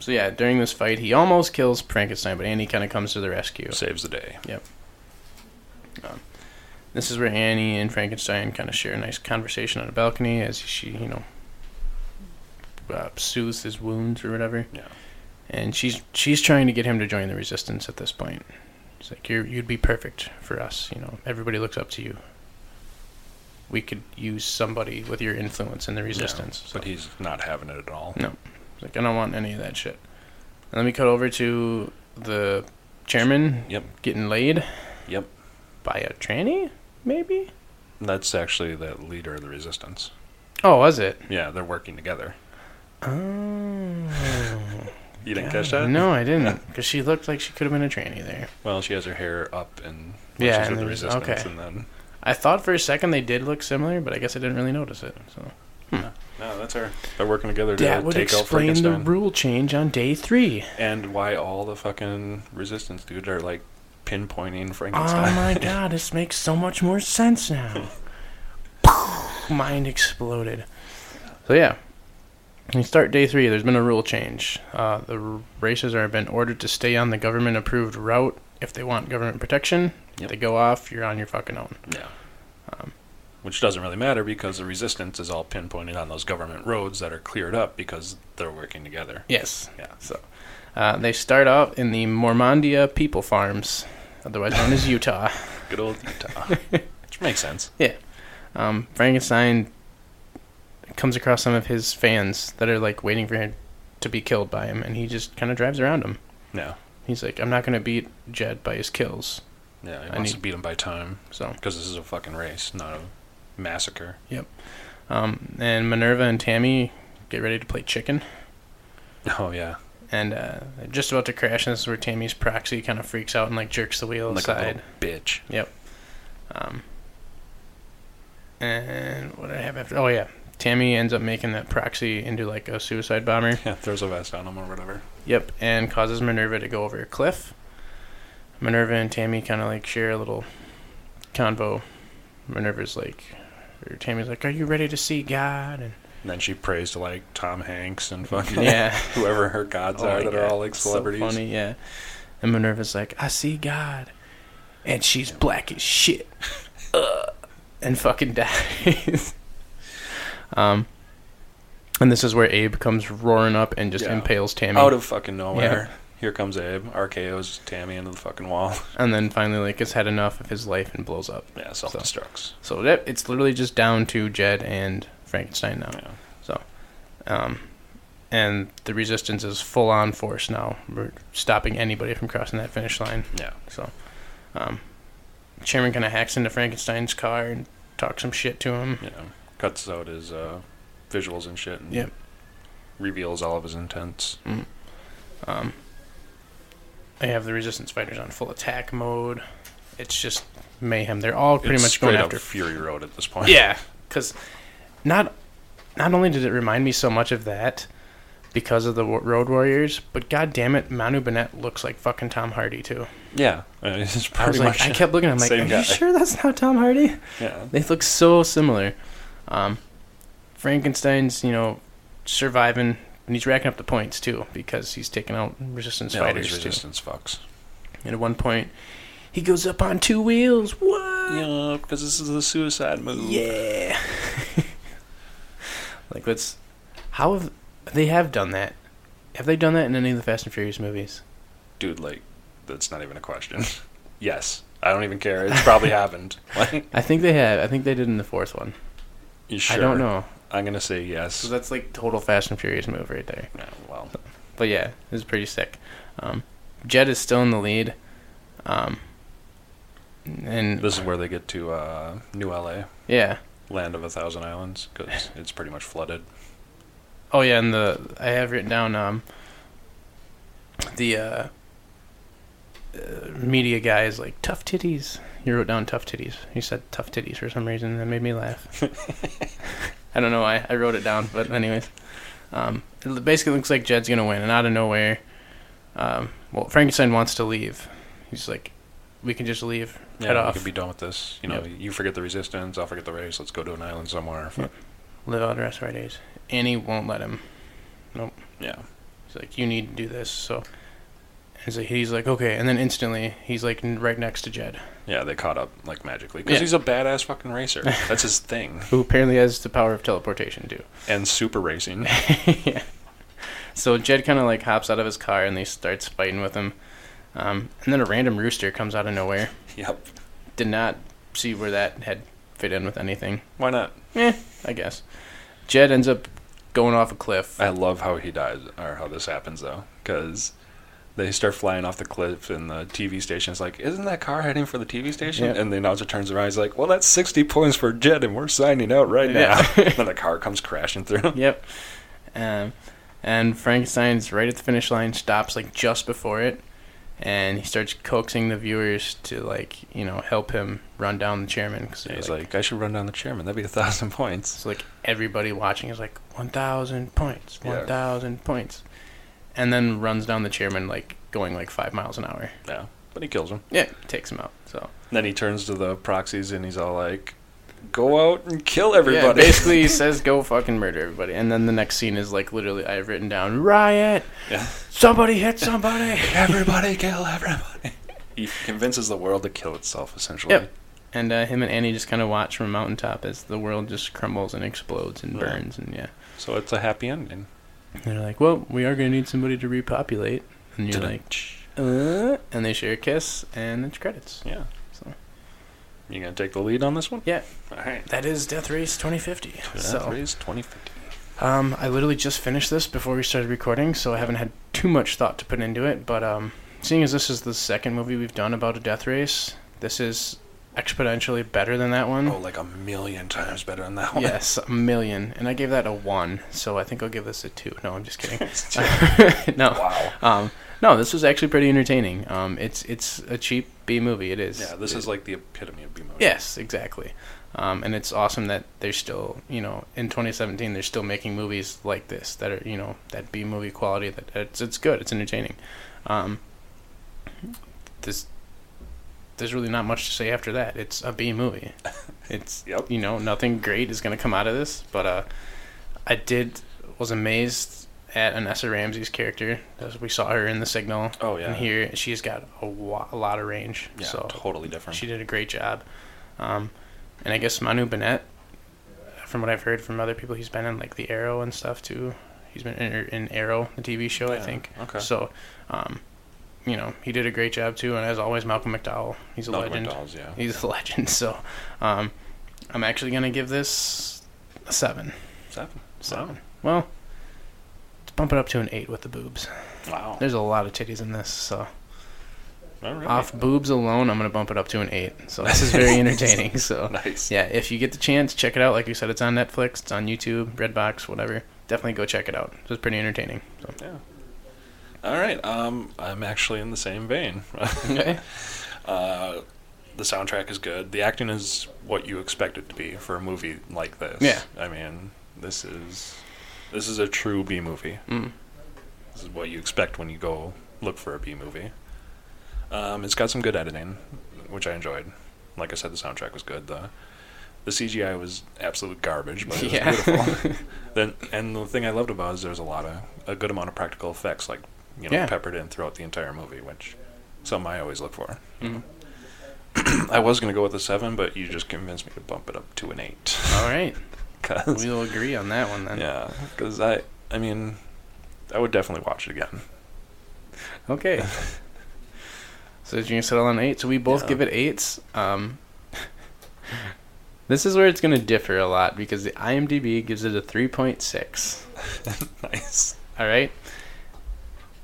So yeah, during this fight, he almost kills Frankenstein, but Annie kind of comes to the rescue.
Saves the day.
This is where Annie and Frankenstein kind of share a nice conversation on a balcony as she, you know, uh, soothes his wounds or whatever.
Yeah.
And she's she's trying to get him to join the resistance at this point. She's like, "You you'd be perfect for us. You know, everybody looks up to you. We could use somebody with your influence in the resistance." So
But he's not having it at all.
he's like, "I don't want any of that shit." And then we cut over to the chairman
Yep.
getting laid.
Yep.
By a tranny, maybe.
That's actually the leader of the resistance.
Oh, was it?
Yeah, they're working together.
Oh.
You didn't catch that?
No, I didn't. Because she looked like she could have been a tranny there.
Well, she has her hair up and when
Yeah, and
she's with the
then-
resistance,
okay.
and then
I thought for a second they did look similar, but I guess I didn't really notice it. So
no, that's her. They're working together to
that would
take out
explain the
Frankenstein,
rule change on day three.
and why all the fucking resistance dudes are like pinpointing
Oh
Frankenstein.
my god, this makes so much more sense now. Mind exploded. So yeah, we start day three. There's been a rule change. Uh, the r- races are been ordered to stay on the government-approved route if they want government protection. If
Yep.
They go off. You're on your fucking own.
yeah. Um, Which doesn't really matter because the resistance is all pinpointed on those government roads that are cleared up because they're working together.
Yes.
Yeah.
So uh, they start out in the Mormandia people farms, otherwise known as Utah.
Good old Utah. Which makes sense.
Um, Frankenstein comes across some of his fans that are like waiting for him to be killed by him, and he just kind of drives around him.
No.
He's like, I'm not going to beat Jed by his kills.
Yeah, he
I
wants to
need-
beat him by time
So,
because this is a fucking race, not a massacre.
um, and Minerva and Tammy get ready to play chicken,
Oh yeah,
and uh, they're just about to crash, and this is where Tammy's proxy kind of freaks out and like jerks the wheel
like a
aside.
little bitch.
Um, and what did I have after? Oh yeah, Tammy ends up making that proxy into like a suicide bomber.
Yeah, throws a vest on him or whatever.
Yep, and causes Minerva to go over a cliff. Minerva and Tammy kind of like share a little convo. Minerva's like, or Tammy's like, "Are you ready to see God?" And
And then she prays to like Tom Hanks and fucking
yeah,
whoever her gods
Oh
are
my
that
God,
are all like
it's so
celebrities.
funny, yeah. And Minerva's like, "I see God," and she's black as shit, Ugh. and fucking dies. um, and this is where Abe comes roaring up and just
Yeah.
impales Tammy.
Out of fucking nowhere. Here comes Abe. RKO's Tammy into the fucking wall.
and then finally like has had enough of his life and blows up.
Yeah, self destructs.
So that it's literally just down to Jed and Frankenstein now.
Yeah.
So, um, and the resistance is full on force now. We're stopping anybody from crossing that finish line.
Yeah.
So, um, Chairman kind of hacks into Frankenstein's car and talks some shit to him.
You know, cuts out his uh, visuals and shit. And
Yep.
Reveals all of his intents.
Um, they have the resistance fighters on full attack mode. It's just mayhem. They're all pretty
It's
much going
straight up
after
Fury Road at this point.
Yeah, because not not only did it remind me so much of that because of the wa- Road Warriors, but god damn it, Manu Bennett looks like fucking Tom Hardy too.
Yeah. Uh, It's pretty
I was like,
much.
I kept looking, I'm like,
Same
are
guy.
you sure that's not Tom Hardy?
yeah.
They look so similar. Um, Frankenstein's, you know, surviving, and he's racking up the points too because he's taking out resistance
Yeah, all these
fighters too.
resistance fucks.
And at one point, he goes up on two wheels. What?
Yeah, because this is the suicide move.
Yeah. like let's how have they have done that? Have they done that in any of the Fast and Furious movies?
Dude, like, that's not even a question. yes. I don't even care. It's probably happened. Like,
I think they have. I think they did in the fourth one.
you sure?
I don't know.
I'm going to say yes.
So that's like total Fast and Furious move right there.
Yeah, well,
But yeah, it was pretty sick. Um, Jed is still in the lead. Um, and
this is where they get to uh, New LA,
yeah.
land of a thousand islands, because it's pretty much flooded.
Oh yeah, and the I have written down um the uh, uh media guy is like tough titties. You wrote down tough titties. You said tough titties for some reason. That made me laugh. I don't know why I wrote it down, but anyways, um, it l- basically looks like Jed's gonna win, and out of nowhere, um, well Frankenstein wants to leave. He's like, we can just leave
Yeah,
right
we
off,
can be done with this. You know, you forget the resistance, I'll forget the race. Let's go to an island somewhere. Fuck.
live out the rest of our days. Annie won't let him.
Yeah,
He's like, you need to do this. So he's like, he's like, okay. And then instantly, he's like n- right next to Jed,
yeah, they caught up like magically because
Yeah.
he's a badass fucking racer. That's his thing.
who apparently has the power of teleportation too.
And super racing.
yeah. So Jed kind of like hops out of his car and he starts fighting with him. Um, and then a random rooster comes out of nowhere.
yep.
Did not see where that had fit in with anything.
Why not?
Eh, I guess. Jed ends up going off a cliff.
I love how he dies or how this happens though, because they start flying off the cliff and the TV station's like, "Isn't that car heading for the TV station?"
Yeah.
And the announcer turns around, he's like, "Well, that's sixty points for Jed, and we're signing out right
Yeah.
now." and the car comes crashing through.
Yep. Um, and Frankenstein's right at the finish line, stops like just before it, and he starts coaxing the viewers to like you know help him run down the chairman. Cause
And
he's
he's
like,
like, "I should run down the chairman. That'd be a thousand points."
so like everybody watching is like one thousand points,
Yeah.
one thousand points, and then runs down the chairman like going like five miles an hour.
Yeah, but he kills him.
Yeah, takes him out. So
And then he turns to the proxies and he's all like, "Go out and kill everybody."
yeah, basically he says go fucking murder everybody, and then the next scene is like literally I've written down riot.
Yeah.
Somebody hit somebody.
everybody kill everybody. He convinces the world to kill itself, essentially.
Yep. And uh, him and Annie just kind of watch from a mountaintop as the world just crumbles and explodes and
Yeah.
burns. And yeah.
So it's a happy ending.
And they're like, well, we are going to need somebody to repopulate. And you're like,
Dun-dun.
uh, and they share a kiss, and it's credits.
Yeah.
So.
You gonna take the lead on this one?
Yeah.
All right.
That is Death Race 2050.
So.
So,
Raise 2050.
um, I literally just finished this before we started recording, so I haven't had too much thought to put into it. But um, seeing as this is the second movie we've done about a death race, this is exponentially better than that one.
Oh, like a million times better than that one.
Yes, a million. And I gave that a one, so I think I'll give this a two. No, I'm just kidding. no,
wow.
um, no, this was actually pretty entertaining. Um, it's it's a cheap B movie. It is.
Yeah, this is like the epitome of B movie.
Yes, exactly. Um, and it's awesome that they're still, you know, in 2017, they're still making movies like this that are, you know, that B movie quality. That it's it's good. It's entertaining. Um, this there's really not much to say after that. It's a B movie. It's
Yep.
you know nothing great is going to come out of this, but uh, I did was amazed at Anessa Ramsey's character as we saw her in The Signal.
Oh, yeah.
and here she's got a, wa- a lot of range.
Yeah,
so
totally different.
she did a great job. Um, and I guess Manu Bennett, from what I've heard from other people, he's been in like The Arrow and stuff too. He's been in, er, in Arrow, the TV show, I
Yeah,
think.
okay.
So, um, you know, he did a great job too. And as always, Malcolm McDowell, he's a
Malcolm
legend.
McDowell's, yeah.
He's a legend. So, um, I'm actually gonna give this a seven.
Seven.
Seven. Well, let's bump it up to an eight with the boobs.
Wow.
There's a lot of titties in this, so
All right.
off boobs alone, I'm gonna bump it up to an eight. So this is very entertaining. So
Nice.
yeah, if you get the chance, check it out. Like you said, it's on Netflix, it's on YouTube, Redbox, whatever. Definitely go check it out. It was pretty entertaining. So.
Yeah. All right. Um, I'm actually in the same vein. uh, the soundtrack is good. The acting is what you expect it to be for a movie like this.
Yeah.
I mean, this is this is a true B movie.
Mm.
This is what you expect when you go look for a B movie. Um, it's got some good editing, which I enjoyed. Like I said, the soundtrack was good. The the CGI was absolute garbage, but it was
Yeah.
beautiful. then, and the thing I loved about it is there's a lot of a good amount of practical effects, like you know,
Yeah.
peppered in throughout the entire movie, which is something I always look for. I was gonna go with a seven, but you just convinced me to bump it up to an eight.
All right,
'Cause-
we'll agree on that one then.
Oh, yeah, because I, I mean, I would definitely watch it again.
Okay. so you can settle on eight. So we both
Yeah.
give it eights. Um, this is where it's going to differ a lot because the IMDb gives it a three point six.
nice.
All right.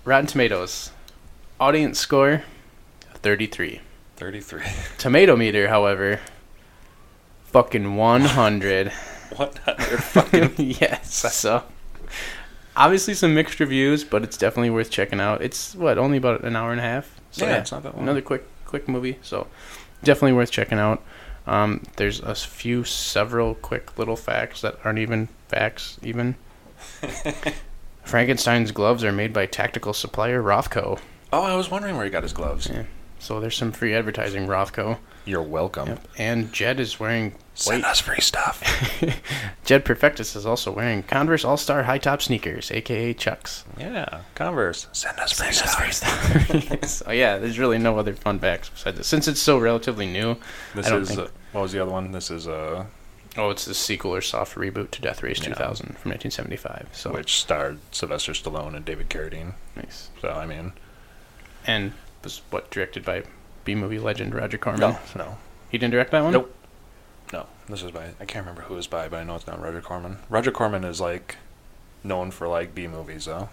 Rotten Tomatoes audience score thirty three.
Thirty-three.
Tomato meter, however, fucking 100.
what? They're fucking
yes. So, obviously some mixed reviews, but it's definitely worth checking out. It's what only about an hour and a half. So
Yeah, it's not that long.
Another quick, quick movie. So, definitely worth checking out. Um, there's a few, several quick little facts that aren't even facts. Even Frankenstein's gloves are made by tactical supplier Rothko.
Oh, I was wondering where he got his gloves.
Yeah. So there's some free advertising Rothko.
You're welcome.
Yep. And Jed is wearing
Send us free stuff.
Jed Perfectus is also wearing Converse All Star High Top Sneakers, aka Chucks.
yeah, Converse. Send us free stuff.
so yeah, there's really no other fun facts besides this. Since it's so relatively new,
This
I don't
is
think-
uh, what was the other one? This is uh,
oh, it's the sequel or soft reboot to Death Race
Yeah.
2000 from 1975. So
which starred Sylvester Stallone and David Carradine.
nice,
So I mean,
and was what directed by B movie legend Roger Corman.
no, no,
He didn't direct that one.
Nope. no. This is by I can't remember who is by, but I know it's not Roger Corman. Roger Corman is like known for like B movies though.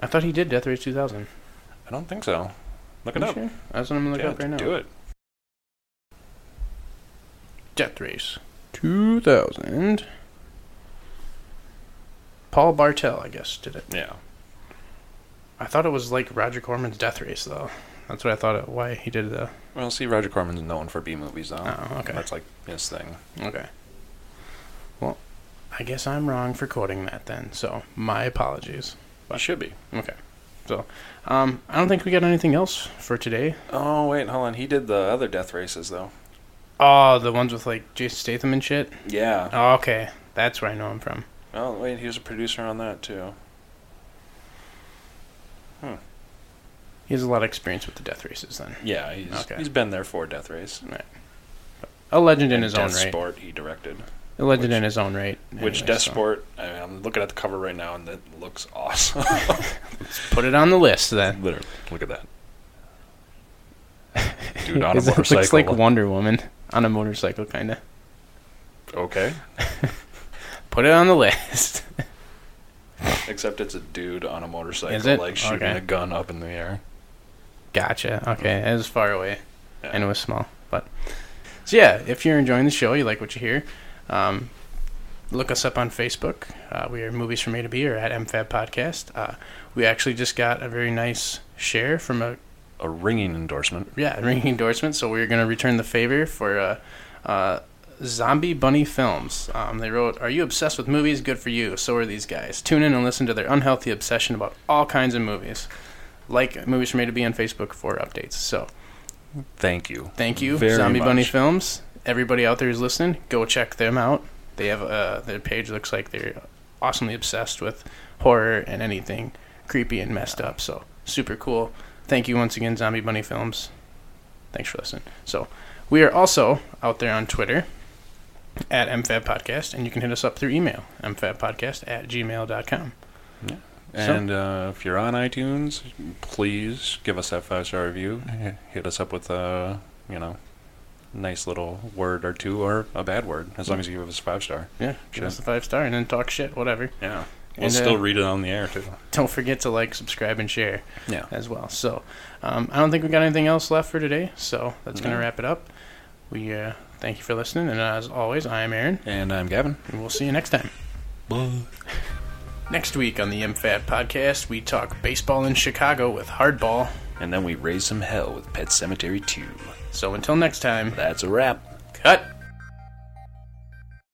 I thought he did Death Race 2000.
I don't think so. Look it
You
up.
sure? That's what I'm gonna look
Yeah,
up right now.
Do it.
Death Race 2000. Paul Bartel, I guess, did it.
Yeah.
I thought it was like Roger Corman's Death Race, though. That's what I thought. It, why he did the
Well, see, Roger Corman's known for B movies though.
Oh, okay.
That's like his thing.
Okay. Well, I guess I'm wrong for quoting that then. So my apologies.
It should be.
Okay. So, um, I don't think we got anything else for today.
Oh wait, hold on. He did the other death races though.
Oh, the ones with like Jason Statham and shit.
Yeah.
Oh, okay, that's where I know him from.
Oh wait, he was a producer on that too.
He has a lot of experience with the death races. Then
Yeah, he's
Okay.
he's been there for Death Race.
a legend in his
Death
own right.
Sport he directed.
A legend
which-
in his own right.
Which
anyway,
Death
so.
Sport? I mean, I'm looking at the cover right now, and it looks awesome.
Put it on the list then.
Literally, look at that. Dude on a
It looks
motorcycle.
like Wonder Woman on a motorcycle, kind of.
okay.
Put it on the list.
Except it's a dude on a motorcycle,
Is it?
like shooting
Okay.
a gun up in the air.
Gotcha. Okay, it was far away,
Yeah.
and it was small. But so yeah, if you're enjoying the show, you like what you hear, um, look us up on Facebook. Uh, we are movies from A to B or at MFAB Podcast. Uh, we actually just got a very nice share from a
A ringing endorsement.
yeah ringing endorsement. So we're gonna return the favor for uh, uh, Zombie Bunny Films. Um, they wrote, "Are you obsessed with movies? Good for you. So are these guys. Tune in and listen to their unhealthy obsession about all kinds of movies." Like movies from A to B on Facebook for updates. So
Thank you.
Thank you,
Very
Zombie Bunny
much.
Films. Everybody out there who's listening, go check them out. They have uh, their page looks like they're awesomely obsessed with horror and anything creepy and messed up. So super cool. Thank you once again, Zombie Bunny Films. Thanks for listening. So we are also out there on Twitter at MFAB Podcast, and you can hit us up through email, mfabpodcast at gmail.com.
And uh, if you're on iTunes, please give us that five star review. H- Hit us up with a you know nice little word or two or a bad word, as long as you give us a five star.
Yeah, give
Sure.
us a five star and then talk shit, whatever.
Yeah, we'll
And, uh,
still read it on the air too.
Don't forget to like, subscribe, and share.
Yeah.
as well. So um, I don't think we got anything else left for today. So that's going to
No.
wrap it up. We uh, thank you for listening, and as always, I am Aaron,
And I'm Gavin.
and we'll see you next time. Next week on the MFAB podcast, we talk baseball in Chicago with Hardball.
And then we raise some hell with Pet Cemetery 2.
So until next time,
That's a wrap.
cut.